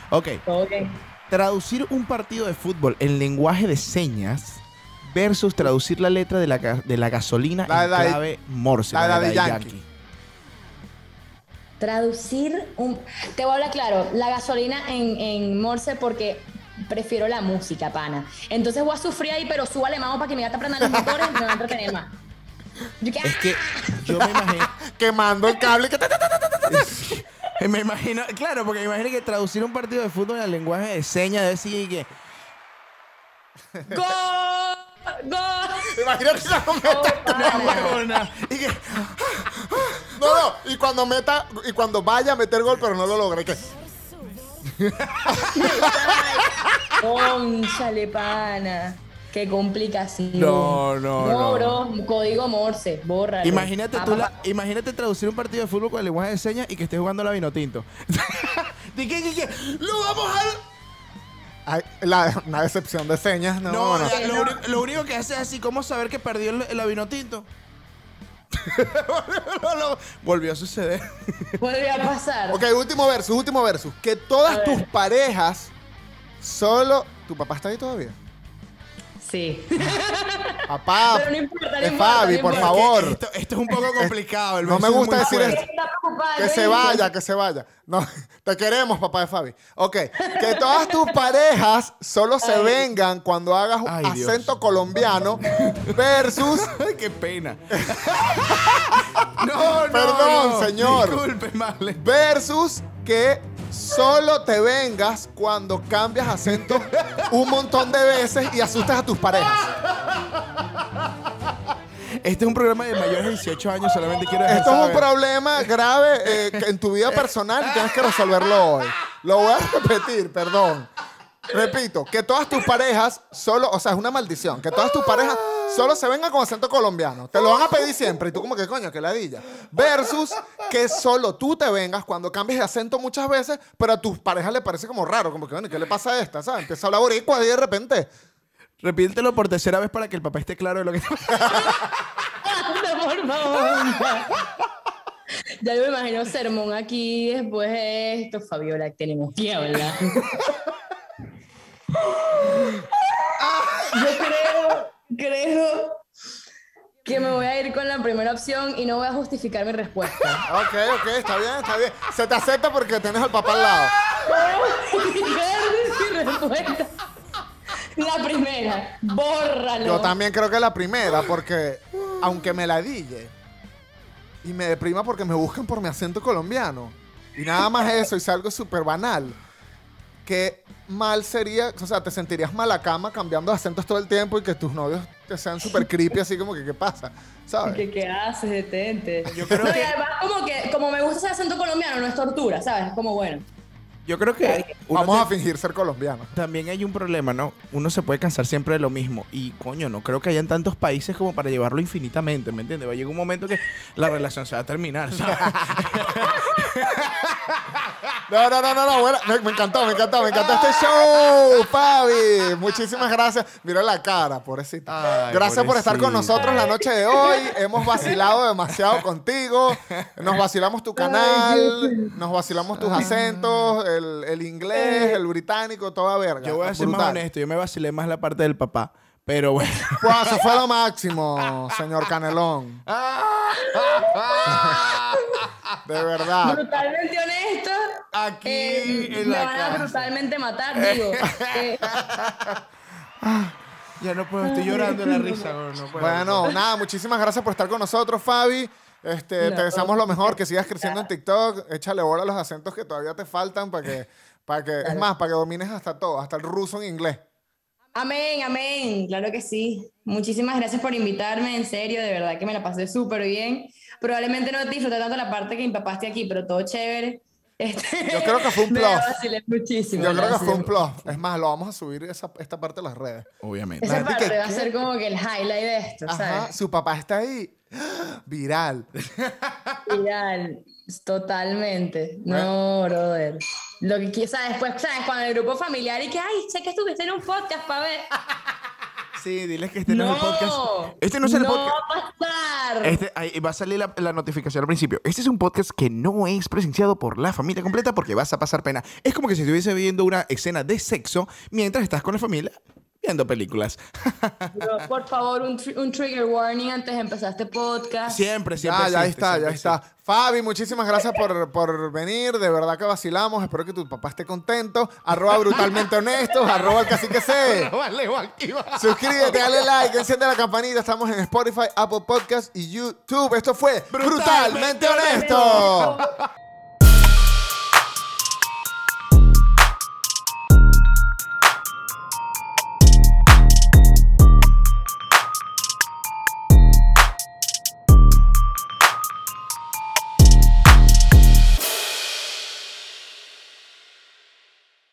Speaker 4: Ok.
Speaker 2: Todo bien.
Speaker 4: Traducir un partido de fútbol en lenguaje de señas versus traducir la letra de la, ga- de la gasolina
Speaker 3: La
Speaker 4: en
Speaker 3: de Daddy-
Speaker 4: clave morse.
Speaker 3: la de
Speaker 4: de
Speaker 3: Daddy
Speaker 4: Daddy
Speaker 3: Yankee.
Speaker 2: Traducir un... Te voy a hablar claro, la gasolina en, en Morse porque prefiero la música, pana. Entonces voy a sufrir ahí, pero súbale más para que me gata prenda los motores y me va a entretener más. Yo que,
Speaker 4: Es
Speaker 2: ¡ah!
Speaker 4: que yo me imagino...
Speaker 3: Quemando el cable. Que...
Speaker 4: Me imagino... Claro, porque me imagino que traducir un partido de fútbol en el lenguaje de señas debe decir que...
Speaker 2: ¡Gol! ¡Gol!
Speaker 3: Imagínate
Speaker 2: Oh,
Speaker 3: cuando meta.
Speaker 4: huevona, Y que...
Speaker 3: No, no. Y cuando meta. Y cuando vaya a meter gol, pero no lo logra. y que-
Speaker 2: ¡Cónchale, pana! ¡Qué complicación!
Speaker 4: No, no, no.
Speaker 2: Moro, código Morse, borra.
Speaker 4: Imagínate, tú la- imagínate traducir un partido de fútbol con el lenguaje de señas y que estés jugando la vinotinto. ¿De qué, qué, qué? ¡Lo vamos a...!
Speaker 3: Ay, la- una decepción de señas. No,
Speaker 4: No,
Speaker 3: no.
Speaker 4: ya, Lo, uni- lo único que hace es así, ¿cómo saber que perdió el, el vinotinto? Volvió a suceder.
Speaker 2: Vuelve a pasar.
Speaker 3: Ok, último versus, último versus. Que todas tus parejas solo. ¿Tu papá está ahí todavía?
Speaker 2: Sí.
Speaker 3: Papá.
Speaker 2: Pero no importa, no
Speaker 3: es
Speaker 2: importa,
Speaker 3: Fabi,
Speaker 2: no
Speaker 3: por
Speaker 2: importa.
Speaker 3: favor.
Speaker 4: Esto, esto es un poco complicado. el
Speaker 3: No me
Speaker 4: verso es
Speaker 3: gusta
Speaker 4: muy
Speaker 3: decir
Speaker 4: fuerte.
Speaker 3: esto.
Speaker 2: Está preocupada,
Speaker 3: Que se
Speaker 2: ¿no?
Speaker 3: vaya, que se vaya. No, te queremos, papá de Fabi. Ok, que todas tus parejas solo se vengan cuando hagas un
Speaker 4: Ay, Dios.
Speaker 3: acento colombiano versus...
Speaker 4: Ay, qué pena. no, no,
Speaker 3: Perdón,
Speaker 4: no.
Speaker 3: señor.
Speaker 4: Disculpe, Marlene.
Speaker 3: versus que solo te vengas cuando cambias acento un montón de veces y asustas a tus parejas.
Speaker 4: Este es un programa de mayores de 18 años, solamente quiero dejar
Speaker 3: Esto es un
Speaker 4: saber.
Speaker 3: problema grave eh, que en tu vida personal y tienes que resolverlo hoy. Lo voy a repetir, perdón. Repito, que todas tus parejas solo, o sea, es una maldición, que todas tus parejas solo se vengan con acento colombiano. Te lo van a pedir siempre y tú como que coño, que ladilla. Versus que solo tú te vengas cuando cambies de acento muchas veces, pero a tus parejas le parece como raro, como que, bueno, ¿qué le pasa a esta? ¿Sabes? Empieza a hablar boricua y de repente.
Speaker 4: Repítelo por tercera vez para que el papá esté claro de lo que está
Speaker 2: Anda, por favor. Ya yo me imagino sermón aquí después de esto, Fabiola, que tenemos que hablar. Yo creo, creo que me voy a ir con la primera opción y no voy a justificar mi respuesta.
Speaker 3: Ok, ok, está bien, está bien. Se te acepta porque tienes al papá al lado.
Speaker 2: mi respuesta. La primera, bórralo.
Speaker 3: Yo también creo que la primera, porque aunque me ladille y me deprima porque me buscan por mi acento colombiano, y nada más eso, y algo súper banal, que mal sería, o sea, te sentirías mala cama cambiando de acentos todo el tiempo y que tus novios que sean súper creepy, así como que, ¿qué pasa? ¿Sabes?
Speaker 2: ¿Qué, qué haces? Detente.
Speaker 4: Yo creo
Speaker 2: No, y
Speaker 4: que-
Speaker 2: además, como que, como me gusta ese acento colombiano, no es tortura, ¿sabes? Es como bueno.
Speaker 4: Yo creo que uno
Speaker 3: Vamos
Speaker 4: te-
Speaker 3: a fingir ser colombianos.
Speaker 4: también hay un problema, ¿no? Uno se puede cansar siempre de lo mismo. Y coño, no creo que hayan tantos países como para llevarlo infinitamente, ¿me entiendes? Va a llegar un momento que la relación se va a terminar, ¿sabes?
Speaker 3: No, no, no, no, no. Bueno, me, me encantó, me encantó, me encantó este show, Fabi. Muchísimas gracias. Mira la cara, pobrecita.
Speaker 4: Ay,
Speaker 3: gracias por estar con
Speaker 4: pobrecita.
Speaker 3: nosotros la noche de hoy. Hemos vacilado demasiado contigo. Nos vacilamos tu canal, nos vacilamos tus acentos, el, el inglés, el británico, toda verga.
Speaker 4: yo voy a ser más
Speaker 3: Brutal.
Speaker 4: honesto, yo me vacilé más la parte del papá. Pero bueno.
Speaker 3: Pues eso fue lo máximo, señor Canelón. De verdad.
Speaker 2: Brutalmente honesto.
Speaker 4: Aquí
Speaker 2: eh,
Speaker 4: en
Speaker 2: me
Speaker 4: la
Speaker 2: van a
Speaker 4: casa.
Speaker 2: brutalmente matar, digo. eh,
Speaker 4: Ya no puedo, estoy llorando de la risa. No no puedo.
Speaker 3: Bueno, nada, muchísimas gracias por estar con nosotros, Fabi. Este,
Speaker 2: No,
Speaker 3: te deseamos lo mejor, que sigas creciendo en TikTok. Échale bola a los acentos que todavía te faltan para que, para que, es más, para que domines hasta todo, hasta el ruso en inglés.
Speaker 2: Amén, amén, claro que sí. Muchísimas gracias por invitarme, en serio, de verdad que me la pasé súper bien. Probablemente no disfruté tanto la parte que mi papá esté aquí, pero todo chévere. Este,
Speaker 3: Yo creo que fue un
Speaker 2: me
Speaker 3: plus.
Speaker 2: la vacilé muchísimo.
Speaker 3: Yo
Speaker 2: me la
Speaker 3: creo que
Speaker 2: vacilé
Speaker 3: fue un plus. Es más, lo vamos a subir esa- esta parte a las redes.
Speaker 4: Obviamente.
Speaker 2: Esa
Speaker 3: La gente
Speaker 2: parte
Speaker 3: que-
Speaker 2: va a ser como que el highlight de esto,
Speaker 3: Ajá,
Speaker 2: ¿sabes?
Speaker 3: su papá está ahí. Viral.
Speaker 2: Viral, totalmente. No, brother. Lo que qui- ¿sabes? después, ¿sabes? Cuando el grupo familiar y que, ay, sé que estuviste en un podcast para ver.
Speaker 4: Sí, diles que este no, es el podcast. Este no es el
Speaker 2: No
Speaker 4: podcast.
Speaker 2: va a pasar.
Speaker 4: Este, ahí va a salir la, la notificación al principio. Este es un podcast que no es presenciado por la familia completa porque vas a pasar pena. Es como que si estuviese viendo una escena de sexo mientras estás con la familia viendo películas.
Speaker 2: Pero, por favor, un, tr- un trigger warning antes de empezar este podcast.
Speaker 4: Siempre, siempre.
Speaker 3: Ah. Ya, ya
Speaker 4: existe,
Speaker 3: está, ya
Speaker 4: siempre
Speaker 3: está. Fabi, muchísimas gracias por, por venir. De verdad que vacilamos. Espero que tu papá esté contento. Arroba brutalmente honesto. Arroba el cacique
Speaker 4: existe.
Speaker 3: C.
Speaker 4: Vale, igual, activa.
Speaker 3: Suscríbete, dale like, enciende la campanita. Estamos en Spotify, Apple Podcasts y YouTube. Esto fue Brutalmente,
Speaker 4: Brutalmente
Speaker 3: honesto.